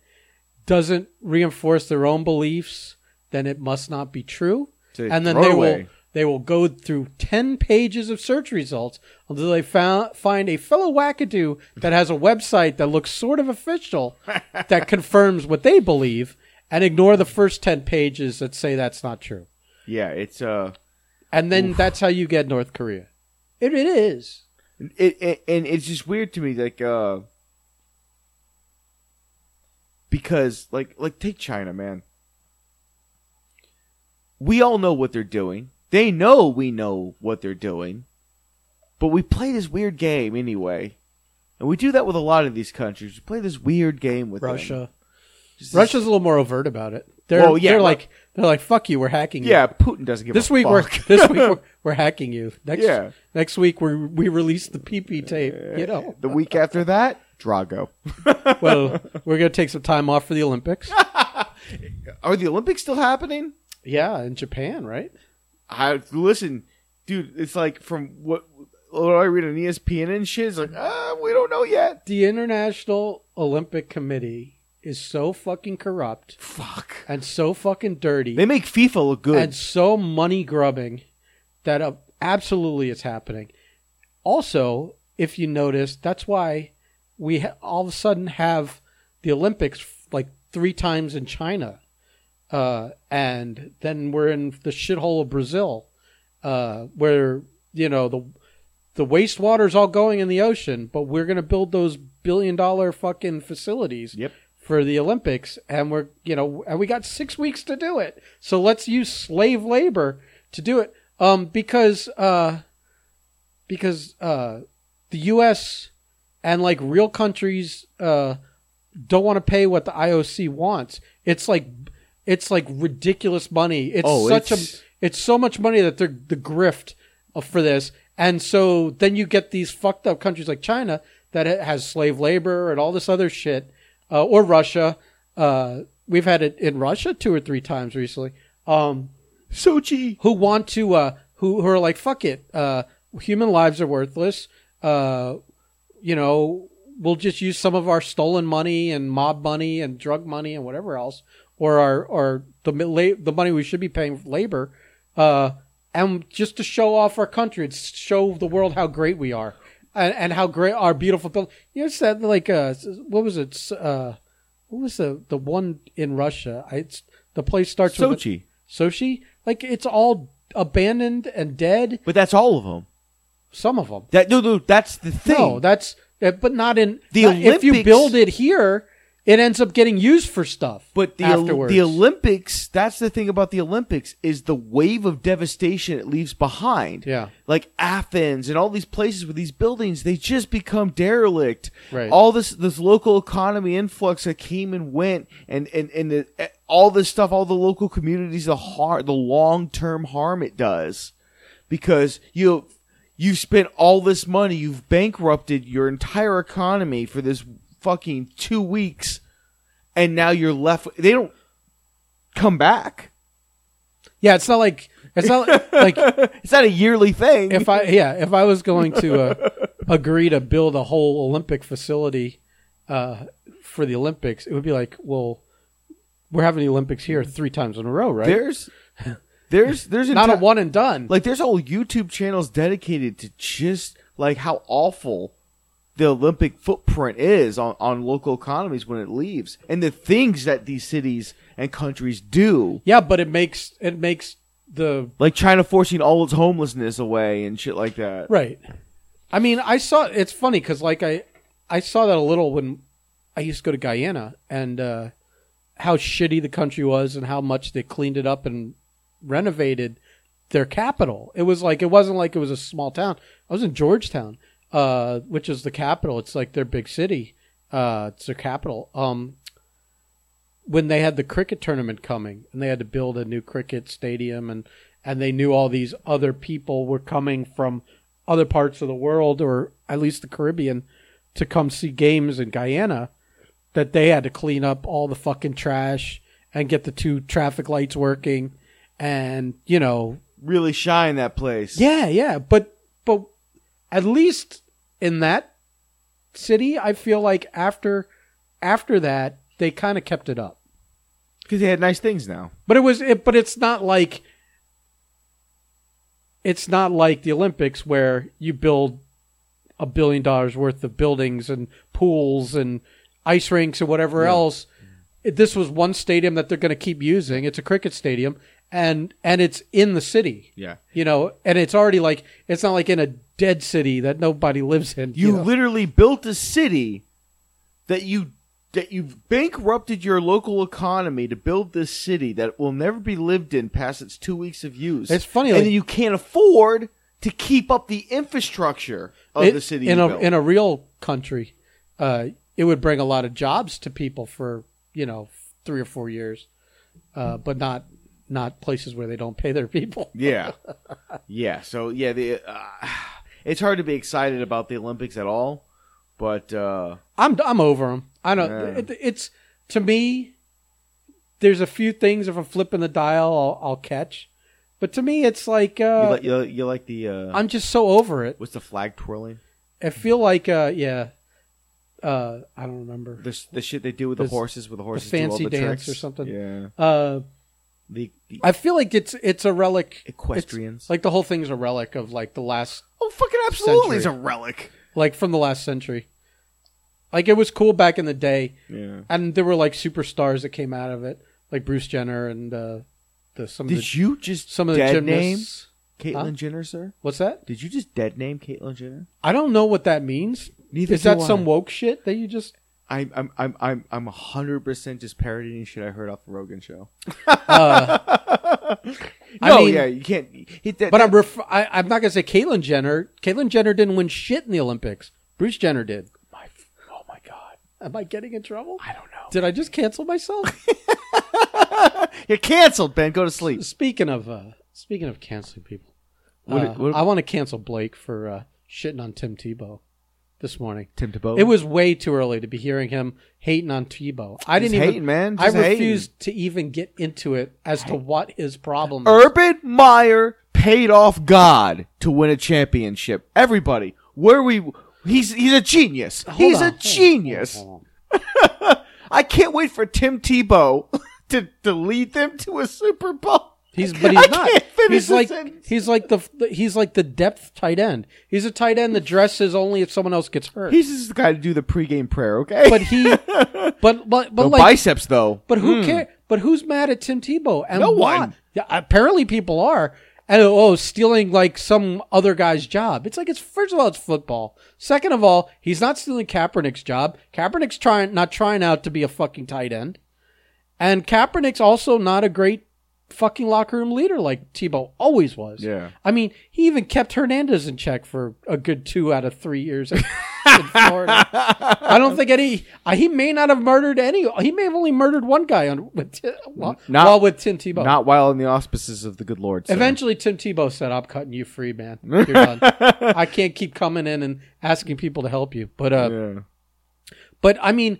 A: doesn't reinforce their own beliefs, then it must not be true. and then they will they will go through 10 pages of search results until they found, find a fellow wackadoo that has a website that looks sort of official that confirms what they believe and ignore the first 10 pages that say that's not true.
B: Yeah, it's uh,
A: And then that's how you get North Korea. It, it is.
B: it, it and it's just weird to me, like uh, because like like take China, man. We all know what they're doing. They know we know what they're doing, but we play this weird game anyway, and we do that with a lot of these countries. We play this weird game with them.
A: Russia.
B: Just this-
A: Russia's a little more overt about it. They're,
B: Well, yeah,
A: they're
B: Ru-
A: like they're like fuck you. We're hacking you.
B: Yeah, Putin doesn't give
A: This
B: a
A: week we're
B: fuck.
A: this week we're, we're hacking you. Next
B: Yeah.
A: next week we we release the PP tape. You know.
B: the week after that, Drago.
A: Well, we're gonna take some time off for the Olympics.
B: Are the Olympics still happening?
A: yeah, in Japan, right?
B: I listen, dude. It's like from what what I read on E ESPN and shit. It's like ah, we don't know yet.
A: The International Olympic Committee is so fucking corrupt
B: Fuck.
A: and so fucking dirty.
B: They make FIFA look good.
A: and so money grubbing that uh, absolutely it's happening. Also, if you notice, that's why we ha- all of a sudden have the Olympics f- like three times in China, uh, and then we're in the shithole of Brazil, uh, where you know the the wastewater's all going in the ocean, but we're gonna build those billion dollar fucking facilities
B: Yep.
A: for the Olympics, and we're you know, and we got six weeks to do it. So let's use slave labor to do it, um, because uh, because uh, the U.S. and like real countries uh, don't want to pay what the IOC wants. It's like it's like ridiculous money. It's
B: Oh,
A: such
B: it's-
A: a it's so much money that they're the grift of- for this. And so then you get these fucked up countries like China that ha- has slave labor and all this other shit, uh, or Russia. Uh, we've had it in Russia two or three times recently. Um,
B: Sochi.
A: who want to uh, who who are like fuck it, uh, human lives are worthless. Uh, you know, we'll just use some of our stolen money and mob money and drug money and whatever else, or our or the mi- la- the money we should be paying for labor, uh, and just to show off our country, it's show the world how great we are. And, and how great our beautiful building. You know, said like uh, what was it? S- Uh, what was the the one in Russia? I, it's the place starts with
B: Sochi.
A: Sochi, like it's all abandoned and dead.
B: But that's all of them.
A: Some of them.
B: That no, no. That's the thing.
A: No, that's uh, but not in
B: The
A: not- If you
B: Olympics-
A: build it here, it ends up getting used for stuff.
B: But the
A: afterwards,
B: the Olympics, that's the thing about the Olympics is the wave of devastation it leaves behind.
A: Yeah.
B: Like Athens and all these places with these buildings, they just become derelict.
A: Right.
B: All this this local economy influx that came and went and and and the, eh, all this stuff, all the local communities, the har the long-term harm it does because you you've spent all this money, you've bankrupted your entire economy for this fucking 2 weeks and now you're left they don't come back.
A: yeah, it's not like it's not like
B: It's not a yearly thing.
A: if I yeah if I was going to uh, agree to build a whole Olympic facility uh, for the Olympics, it would be like, well, we're having the Olympics here three times in a row, right?
B: there's there's there's
A: not a
B: entire-
A: one and done.
B: like there's whole YouTube channels dedicated to just like how awful the Olympic footprint is on, on local economies when it leaves and the things that these cities and countries do.
A: yeah, but it makes it makes the
B: Like China forcing all its homelessness away and shit like that.
A: Right. I mean, I saw. It's funny because like I, I saw that a little when I used to go to Guyana and uh, how shitty the country was and how much they cleaned it up and renovated their capital. It was like it wasn't like it was a small town. I was in Georgetown, uh, which is the capital. It's like their big city. Uh, it's their capital. Um, when they had the cricket tournament coming and they had to build a new cricket stadium and and they knew all these other people were coming from other parts of the world or at least the Caribbean to come see games in Guyana that they had to clean up all the fucking trash and get the two traffic lights working and you know
B: Really shine that place.
A: yeah, yeah, but but at least in that city, I feel like after after that they kind of kept it up.
B: Because they had nice things now.
A: But it was it, but it's not like it's not like the Olympics where you build a billion dollars worth of buildings and pools and ice rinks and whatever else. it- this was one stadium that they're going to keep using. It's a cricket stadium, and and it's in the city.
B: Yeah.
A: You know, and it's already like it's not like in a dead city that nobody lives in.
B: You
A: know?
B: literally built a city that you that you've bankrupted your local economy to build this city that will never be lived in past its two weeks of use.
A: It's funny,
B: and
A: like-
B: you can't afford to keep up the infrastructure of
A: It-
B: the city.
A: in
B: you
A: a
B: built.
A: in a real country, uh, it would bring a lot of jobs to people for you know three or four years, uh, but not not places where they don't pay their people.
B: yeah, yeah. So yeah, the uh, it's hard to be excited about the Olympics at all, but uh,
A: I'm I'm over them. I don't.
B: Yeah.
A: It, it's to me. There's a few things if I'm flipping the dial, I'll, I'll catch, but to me, it's like
B: you,
A: uh,
B: like you, you like the uh,
A: I'm just so over it.
B: what's the flag twirling?
A: I feel like uh, yeah, uh, I don't remember
B: The, the shit they do with the
A: This-
B: horses, with the horses
A: fancy
B: do all the
A: dance
B: tricks.
A: or something.
B: Yeah,
A: Uh,
B: the, the
A: I feel like it's it's a relic.
B: equestrians.
A: It's like the whole thing's a relic of like the last,
B: oh, fucking
A: absolutely, it's a
B: relic.
A: like from the last century. Like it was cool back in the day,
B: Yeah.
A: and there were like superstars that came out of it, like Bruce Jenner and uh, the some of the
B: Did you just
A: some of the
B: dead name
A: gymnasts.
B: Caitlyn
A: Huh?
B: Jenner, sir?
A: What's that?
B: Did you just dead name Caitlyn Jenner?
A: I don't know what that means.
B: Neither
A: Is that
B: do I.
A: some woke shit that you just?
B: I'm I'm I'm I'm I'm hundred percent just parodying shit I heard off the Rogan show.
A: Uh, I
B: no,
A: mean-
B: yeah, you can't. Hit that,
A: but
B: that-
A: I'm ref- I, I'm not gonna say Caitlyn Jenner. Caitlyn Jenner didn't win shit in the Olympics. Bruce Jenner did.
B: my, oh my god,
A: Am I getting in trouble?
B: I don't know.
A: Did I just cancel myself?
B: You're canceled, Ben. Go to sleep.
A: speaking of uh, speaking of canceling people,
B: What-
A: uh,
B: what-
A: I want to cancel Blake for uh, shitting on Tim Tebow this morning.
B: Tim Tebow.
A: It was way too early to be hearing him hating on Tebow. I
B: Just
A: didn't even.
B: hating, man.
A: I
B: Just hating.
A: refused to even get into it as to what his problem. is.
B: Urban Meyer paid off God to win a championship. Everybody, where we? He's he's a genius.
A: Hold
B: he's
A: on,
B: a
A: hold on,
B: genius.
A: hold on, hold on.
B: I can't wait for Tim Tebow to, to lead them to a Super Bowl.
A: He's but he's
B: I
A: not.
B: can't finish
A: he's
B: the
A: like
B: sentence.
A: he's like the he's like the depth tight end. He's a tight end that dresses only if someone else gets hurt.
B: He's just the guy to do the pregame prayer, okay?
A: but he but but but
B: no
A: like
B: biceps though.
A: but who care? But who's mad at Tim Tebow? And
B: Hmm. No
A: why?
B: one.
A: Yeah, apparently people are. And oh, stealing like some other guy's job. It's like it's first of all it's football. Second of all, he's not stealing Kaepernick's job. Kaepernick's trying not trying out to be a fucking tight end, and Kaepernick's also not a great fucking locker room leader like Tebow always was.
B: Yeah.
A: I mean, he even kept Hernandez in check for a good two out of three years. in Florida. I don't think any. I- He may not have murdered any. He may have only murdered one guy on with Ti- while,
B: Not-
A: while with Tim Tebow.
B: Not while in the auspices of the good Lord. sir.
A: Eventually, Tim Tebow said, "I'm cutting you free, man. You're done. I can't keep coming in and asking people to help you." But uh,
B: Yeah.
A: but I mean,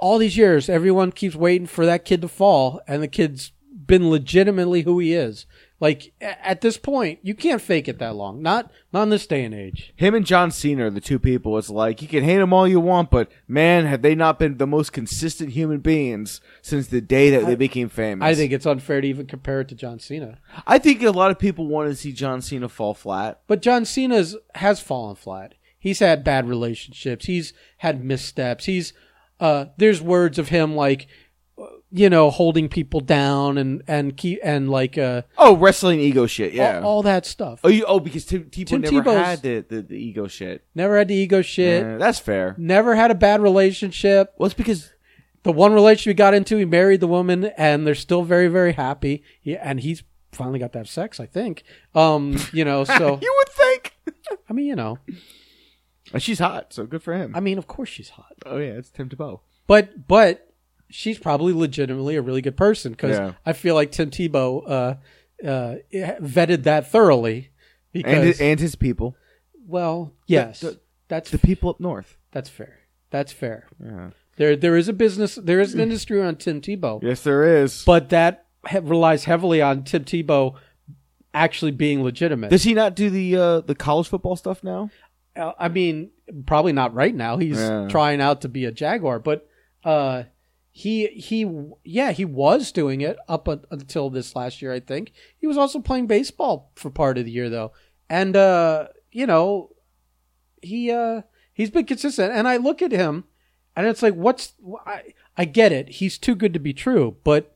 A: all these years, everyone keeps waiting for that kid to fall, and the kid's been legitimately who he is. Like a- at this point, you can't fake it that long. Not not in this day and age.
B: Him and John Cena are the two people. It's like you can hate them all you want, but man, have they not been the most consistent human beings since the day that they became famous?
A: I think it's unfair to even compare it to John Cena.
B: I think a lot of people want to see John Cena fall flat.
A: But John Cena's has fallen flat. He's had bad relationships. He's had missteps. He's uh, there's words of him like, you know, holding people down and and keep and like uh,
B: Oh, wrestling ego shit. Yeah.
A: all, all that stuff.
B: oh, you, oh, because Tim Tebow
A: Tim
B: never
A: Tebow's-
B: had the, the, the ego shit.
A: Never had the ego shit.
B: Yeah, that's fair.
A: Never had a bad relationship.
B: Well, it's because
A: The one relationship he got into, he married the woman, and they're still very very happy. He, and he's finally got to have sex, I think. Um, you know, so
B: you would think.
A: I mean, you know,
B: And she's hot, so good for him.
A: I mean, of course she's hot.
B: oh yeah, it's Tim Tebow.
A: But but she's probably legitimately a really good person because
B: Yeah.
A: I feel like Tim Tebow uh, uh, vetted that thoroughly.
B: And
A: Because
B: his, and his people,
A: well, yes,
B: the-
A: that's
B: the people up north.
A: that's fair. That's fair.
B: Yeah.
A: There there is a business. There is an industry around Tim Tebow,
B: Yes, there is.
A: but that he- relies heavily on Tim Tebow actually being legitimate.
B: Does he not do the uh, the college football stuff now?
A: Uh, I mean, probably not right now. He's
B: Yeah.
A: trying out to be a jaguar, but uh, he he yeah he was doing it up un- until this last year. I think he was also playing baseball for part of the year though, and uh, you know he uh, he's been consistent. And I look at him And it's like, what's I, I get it. He's too good to be true, but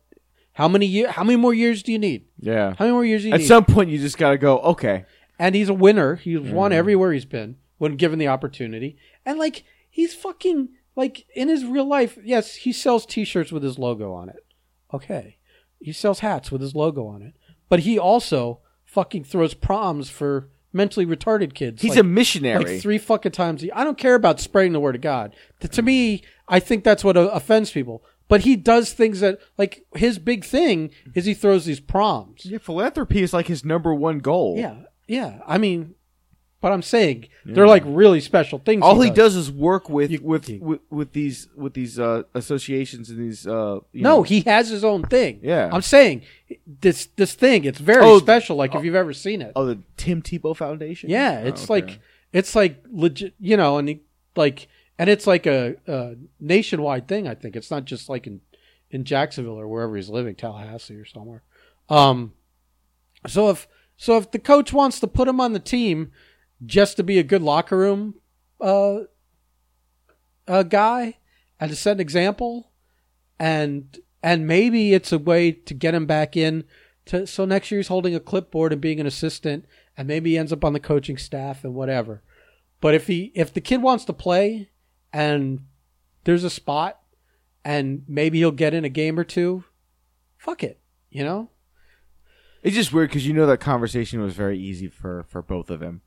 A: how many year, how many more years do you need?
B: Yeah.
A: How many more years do you
B: At
A: need?
B: some point, you just got to go, okay.
A: and he's a winner. He's
B: Mm.
A: won everywhere he's been when given the opportunity. And like he's fucking like in his real life, yes, he sells t-shirts with his logo on it. Okay. He sells hats with his logo on it. But he also fucking throws proms for mentally retarded kids.
B: He's
A: like,
B: a missionary.
A: like three fucking times. I don't care about spreading the word of God. To, to me, I think that's what uh, offends people. But he does things that, like, his big thing is he throws these proms.
B: yeah, philanthropy is like his number one goal.
A: Yeah, yeah. I mean, but I'm saying they're like really special things.
B: All he does is work with
A: You-
B: with,
A: you-
B: with with these with these uh, associations and these. Uh, you
A: No,
B: know-
A: he has his own thing.
B: Yeah.
A: I'm saying this this thing. It's very
B: Oh,
A: special. Like if you've ever seen it.
B: oh, the Tim Tebow Foundation.
A: yeah,
B: Oh,
A: it's
B: okay.
A: like it's like legit. You know, and he, like and it's like a, a nationwide thing. I think it's not just like in in Jacksonville or wherever he's living, Tallahassee or somewhere. Um, so if so if the coach wants to put him on the team just to be a good locker room uh, uh, guy and to set an example, and and maybe it's a way to get him back in. To so next year he's holding a clipboard and being an assistant, and maybe he ends up on the coaching staff and whatever. But if he if the kid wants to play and there's a spot and maybe he'll get in a game or two, fuck it, you know.
B: It's just weird because you know that conversation was very easy for for both of them.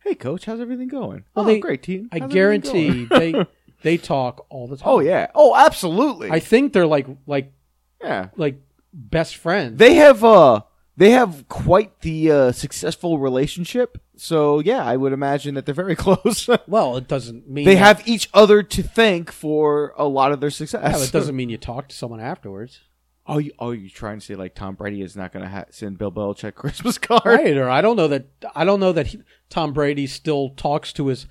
B: Hey, coach, how's everything going?
A: Well,
B: oh,
A: they-
B: great team.
A: I
B: How's everything
A: guarantee
B: going?"
A: they they talk all the time.
B: oh yeah. Oh, absolutely.
A: I think they're like like
B: yeah.
A: like best friends.
B: They have uh they have quite the uh, successful relationship. So yeah, I would imagine that they're very close.
A: well, it doesn't mean
B: they
A: that-
B: have each other to thank for a lot of their success.
A: Yeah, but it doesn't mean you talk to someone afterwards,
B: Oh, you, oh, you trying to say like Tom Brady is not going to ha- send Bill Belichick a Christmas card?
A: right? Or I don't know that I don't know that he, Tom Brady still talks to his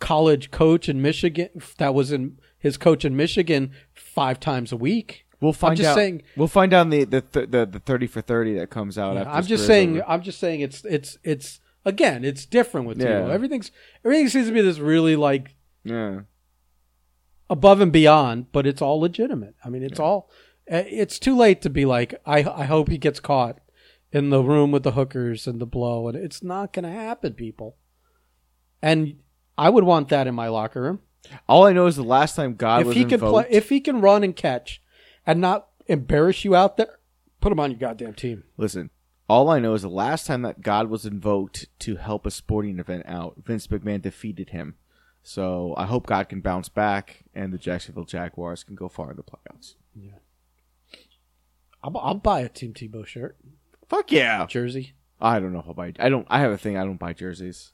A: college coach in Michigan. That was in his coach in Michigan five times a week.
B: We'll find
A: just
B: out.
A: saying-
B: we'll find out in the the, th- the the thirty for thirty that comes out. after
A: I'm
B: this
A: just
B: career's
A: saying.
B: over.
A: I'm just saying. It's it's it's again. It's different with
B: Yeah.
A: Tebow. Everything's everything seems to be this really like
B: Yeah.
A: above and beyond, but it's all legitimate. I mean, it's all. eh, It's too late to be like, I, I hope he gets caught in the room with the hookers and the blow, and it's not going to happen, people. And I would want that in my locker room
B: All I know is the last time God
A: if
B: was
A: he can play,
B: invoked-
A: if he can run and catch, and not embarrass you out there. Put him on your goddamn team.
B: Listen, all I know is the last time that God was invoked to help a sporting event out, Vince McMahon defeated him. So I hope God can bounce back and the Jacksonville Jaguars can go far in the playoffs.
A: I'll, I'll buy a Team Tebow shirt,
B: Fuck yeah!
A: jersey.
B: I don't know if I buy. I don't. I have a thing. I don't buy jerseys.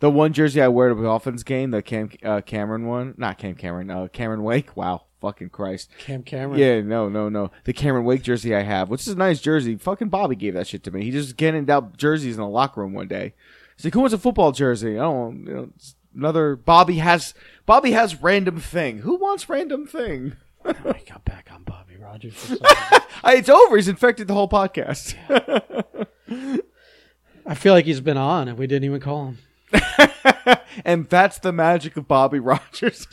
B: The one jersey I wear to the Dolphins game, the Cam uh, Cameron one, not Cam Cameron, uh, Cameron Wake. Wow, fucking Christ!
A: Cam Cameron.
B: Yeah, no, no, no. The Cameron Wake jersey I have, which is a nice jersey. Fucking Bobby gave that shit to me. He just handed out jerseys in the locker room one day. He's like, "Who wants a football jersey?" I don't. You know, it's another Bobby has Bobby has random thing. Who wants random thing?
A: I got back on Bobby Rogers.
B: I, it's over. He's infected the whole podcast.
A: I feel like he's been on, and we didn't even call him.
B: and that's the magic of Bobby Rogers.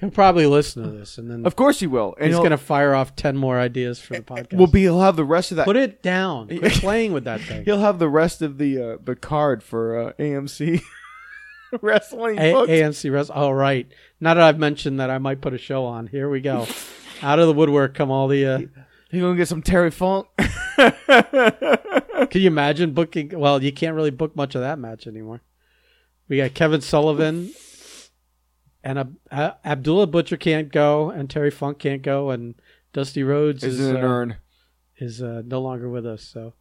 A: He'll probably listen to this, and then
B: of course he will. And
A: He's
B: he'll-
A: going to fire off 10 more ideas for the podcast.
B: We'll be. He'll have the rest of that.
A: Put it down. Quit playing with that thing.
B: He'll have the rest of the uh, the card for uh, AMC wrestling.
A: A-
B: books.
A: AMC Res. All right. Now that I've mentioned that I might put a show on, here we go. Out of the woodwork come all the. Uh,
B: You gonna get some Terry Funk?
A: can you imagine booking? Well, you can't really book much of that match anymore. We got Kevin Sullivan and Ab- uh, Abdullah Butcher can't go, and Terry Funk can't go, and Dusty Rhodes is,
B: Is an
A: uh,
B: urn.
A: is uh, no longer with us. So,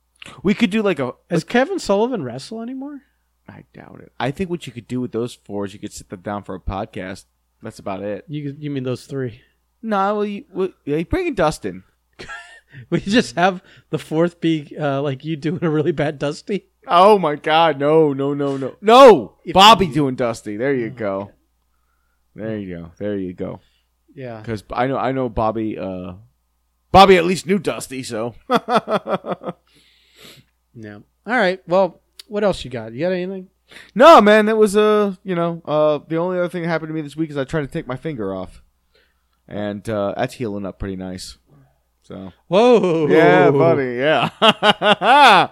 B: We could do like a.
A: does Kevin Sullivan wrestle anymore?
B: I doubt it. I think what you could do with those four is you could sit them down for a podcast. That's about it.
A: You you mean those three?
B: No, well, you, well, yeah, you bring in Dustin.
A: We just have the fourth be uh, like you doing a really bad Dusty.
B: Oh my God! No, no, no, no, no! Bobby doing Dusty. There you go. There you go. There you go.
A: Yeah.
B: Because I know, I know Bobby. Uh, Bobby at least knew Dusty. So
A: Yeah. All right. Well, what else you got? You got anything?
B: No, man, that was uh, you know, uh, the only other thing that happened to me this week is I tried to take my finger off, and uh, that's healing up pretty nice. So
A: Whoa.
B: yeah, buddy, yeah.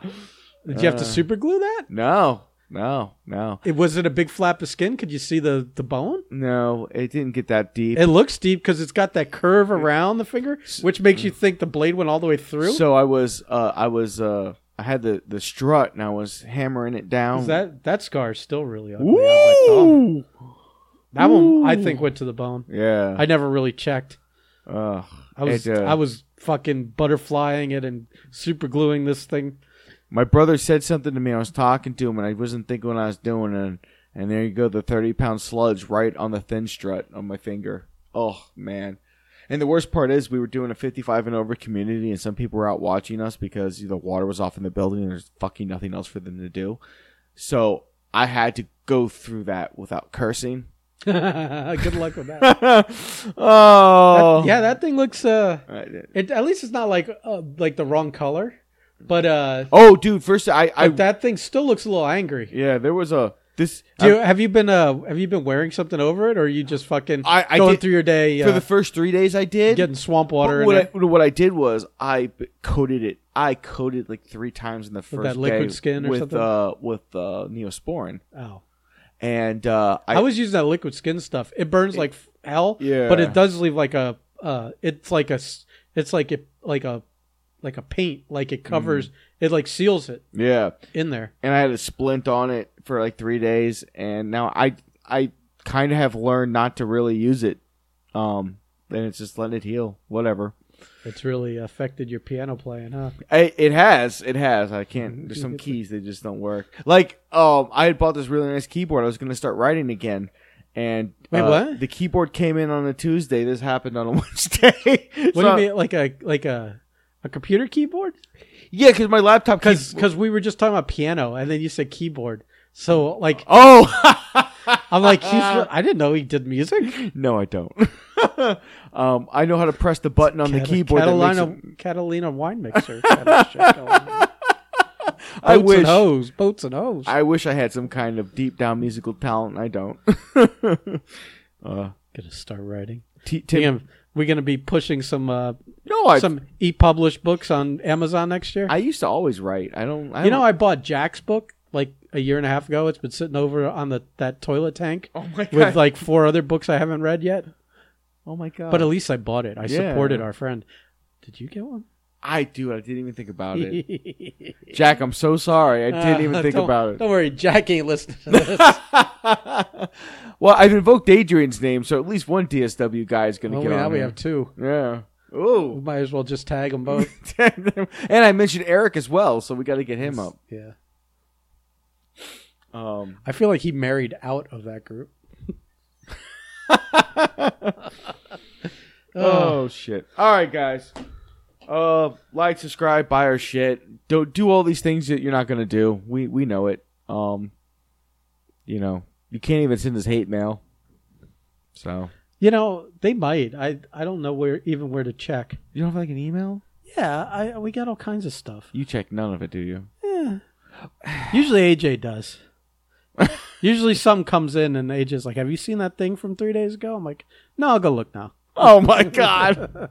A: Did you have to super glue that?
B: no, no, no,
A: It was it a big flap of skin? Could you see the the bone?
B: no. It didn't get that deep.
A: It looks deep because it's got that curve around the finger, which makes you think the blade went all the way through.
B: mm. So I was, uh, I was, uh, I had the the strut and I was hammering it down.
A: Is that that scar is still really ugly. on my thumb.
B: Ooh.
A: "Oh, That one I
B: oh. Ooh.
A: think went to the bone.
B: Yeah.
A: I never really checked.
B: Ugh.
A: I was
B: It, uh,
A: I was fucking butterflying it and super gluing this thing.
B: my brother said something to me. I was talking to him, and I wasn't thinking what I was doing, and and there you go, the thirty pound sludge right on the thin strut on my finger. Oh man! And the worst part is, we were doing a fifty-five and over community, and some people were out watching us because the water was off in the building, and there's fucking nothing else for them to do. So I had to go through that without cursing.
A: Good luck with that.
B: oh
A: Yeah, that thing looks uh
B: yeah.
A: it at least it's not like uh, like the wrong color, but uh
B: Oh, dude! First, I, I
A: but that thing still looks a little angry.
B: yeah, there was a this.
A: Do you, have you been uh have you been wearing something over it or are you just fucking
B: I- I
A: going
B: did-
A: through your day uh,
B: for the first three days, I did
A: getting swamp water
B: But
A: in
B: what,
A: it
B: I, what I did was I b- coated it. I coated like three times in the first
A: that liquid
B: day
A: skin or
B: with
A: something?
B: uh with uh, neosporin,
A: oh.
B: and uh, I,
A: I, was using that liquid skin stuff. It burns like f- hell.
B: Yeah.
A: but it does leave like a. Uh, it's like a. s- It's like it like a, like a paint. Like it covers.
B: Mm.
A: It like seals it
B: yeah,
A: in there.
B: and I had a splint on it for like three days, and now I I kind of have learned not to really use it. Um, and it's just letting it heal, whatever.
A: It's really affected your piano playing, huh?
B: I, it has, it has. I
A: Mm-hmm.
B: can't. There's some keys that just don't work. Like, um, I had bought this really nice keyboard. I was gonna start writing again, and
A: Wait,
B: uh,
A: what?
B: The keyboard came in on a Tuesday. This happened on a Wednesday.
A: What
B: So-
A: do you mean, like a like a, a computer keyboard?
B: Yeah, because my laptop.
A: Because
B: key-
A: we were just talking about piano, and then you said keyboard. So like
B: oh,
A: I'm like he's. I didn't know he did music.
B: no, I don't. um, I know how to press the button on the
A: Cata-
B: keyboard. That makes
A: Catalina
B: it,
A: Catalina wine mixer. Boats
B: I
A: and
B: wish.
A: hose. Boats and hose.
B: I wish I had some kind of deep down musical talent. I don't. uh,
A: gonna start writing.
B: t-
A: We're
B: Tim,
A: gonna, we're gonna be pushing some uh,
B: no, I.
A: some e-published books on Amazon next year.
B: I used to always write. I don't. I
A: you
B: don't-
A: know, I bought Jack's book like a year and a half ago. It's been sitting over on the that toilet tank
B: Oh my god.
A: with like four other books I haven't read yet.
B: oh my god.
A: But at least I bought it. I
B: Yeah.
A: supported our friend. Did you get one?
B: I do. I didn't even think about it. Jack, I'm so sorry. I didn't even
A: Uh,
B: think
A: don't-
B: about it.
A: Don't worry, Jack ain't listening to this.
B: well, I've invoked Adrian's name, so at least one DSW guy is going to
A: well,
B: get
A: we,
B: on.
A: now we
B: here.
A: have two.
B: Yeah.
A: We
B: Ooh.
A: might as well just tag them both.
B: and I mentioned Eric as well, so we got to get him up.
A: yeah,
B: Um,
A: I feel like he married out of that group. Uh,
B: oh shit! All right, guys. Uh, like, subscribe, buy our shit. Don't do all these things that you're not going to do. We we know it. Um, you know, you can't even send us hate mail. So
A: You know, they might. I I don't know where even where to check.
B: you don't have like an email.
A: Yeah, I we got all kinds of stuff.
B: You check none of it, do you?
A: Usually AJ does. Usually some comes in and AJ's like, "Have you seen that thing from 3 days ago?" I'm like, "No, I'll go look now."
B: Oh my god!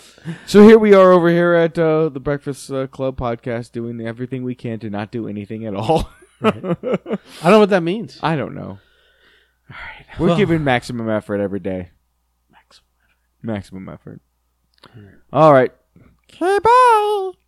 B: so here we are over here at uh, the Breakfast uh, Club podcast, doing everything we can to not do anything at all.
A: I don't know what that means.
B: I don't know. We're
A: Well-
B: giving maximum effort every day. Maximum effort. Maximum effort. All right. Okay, bye.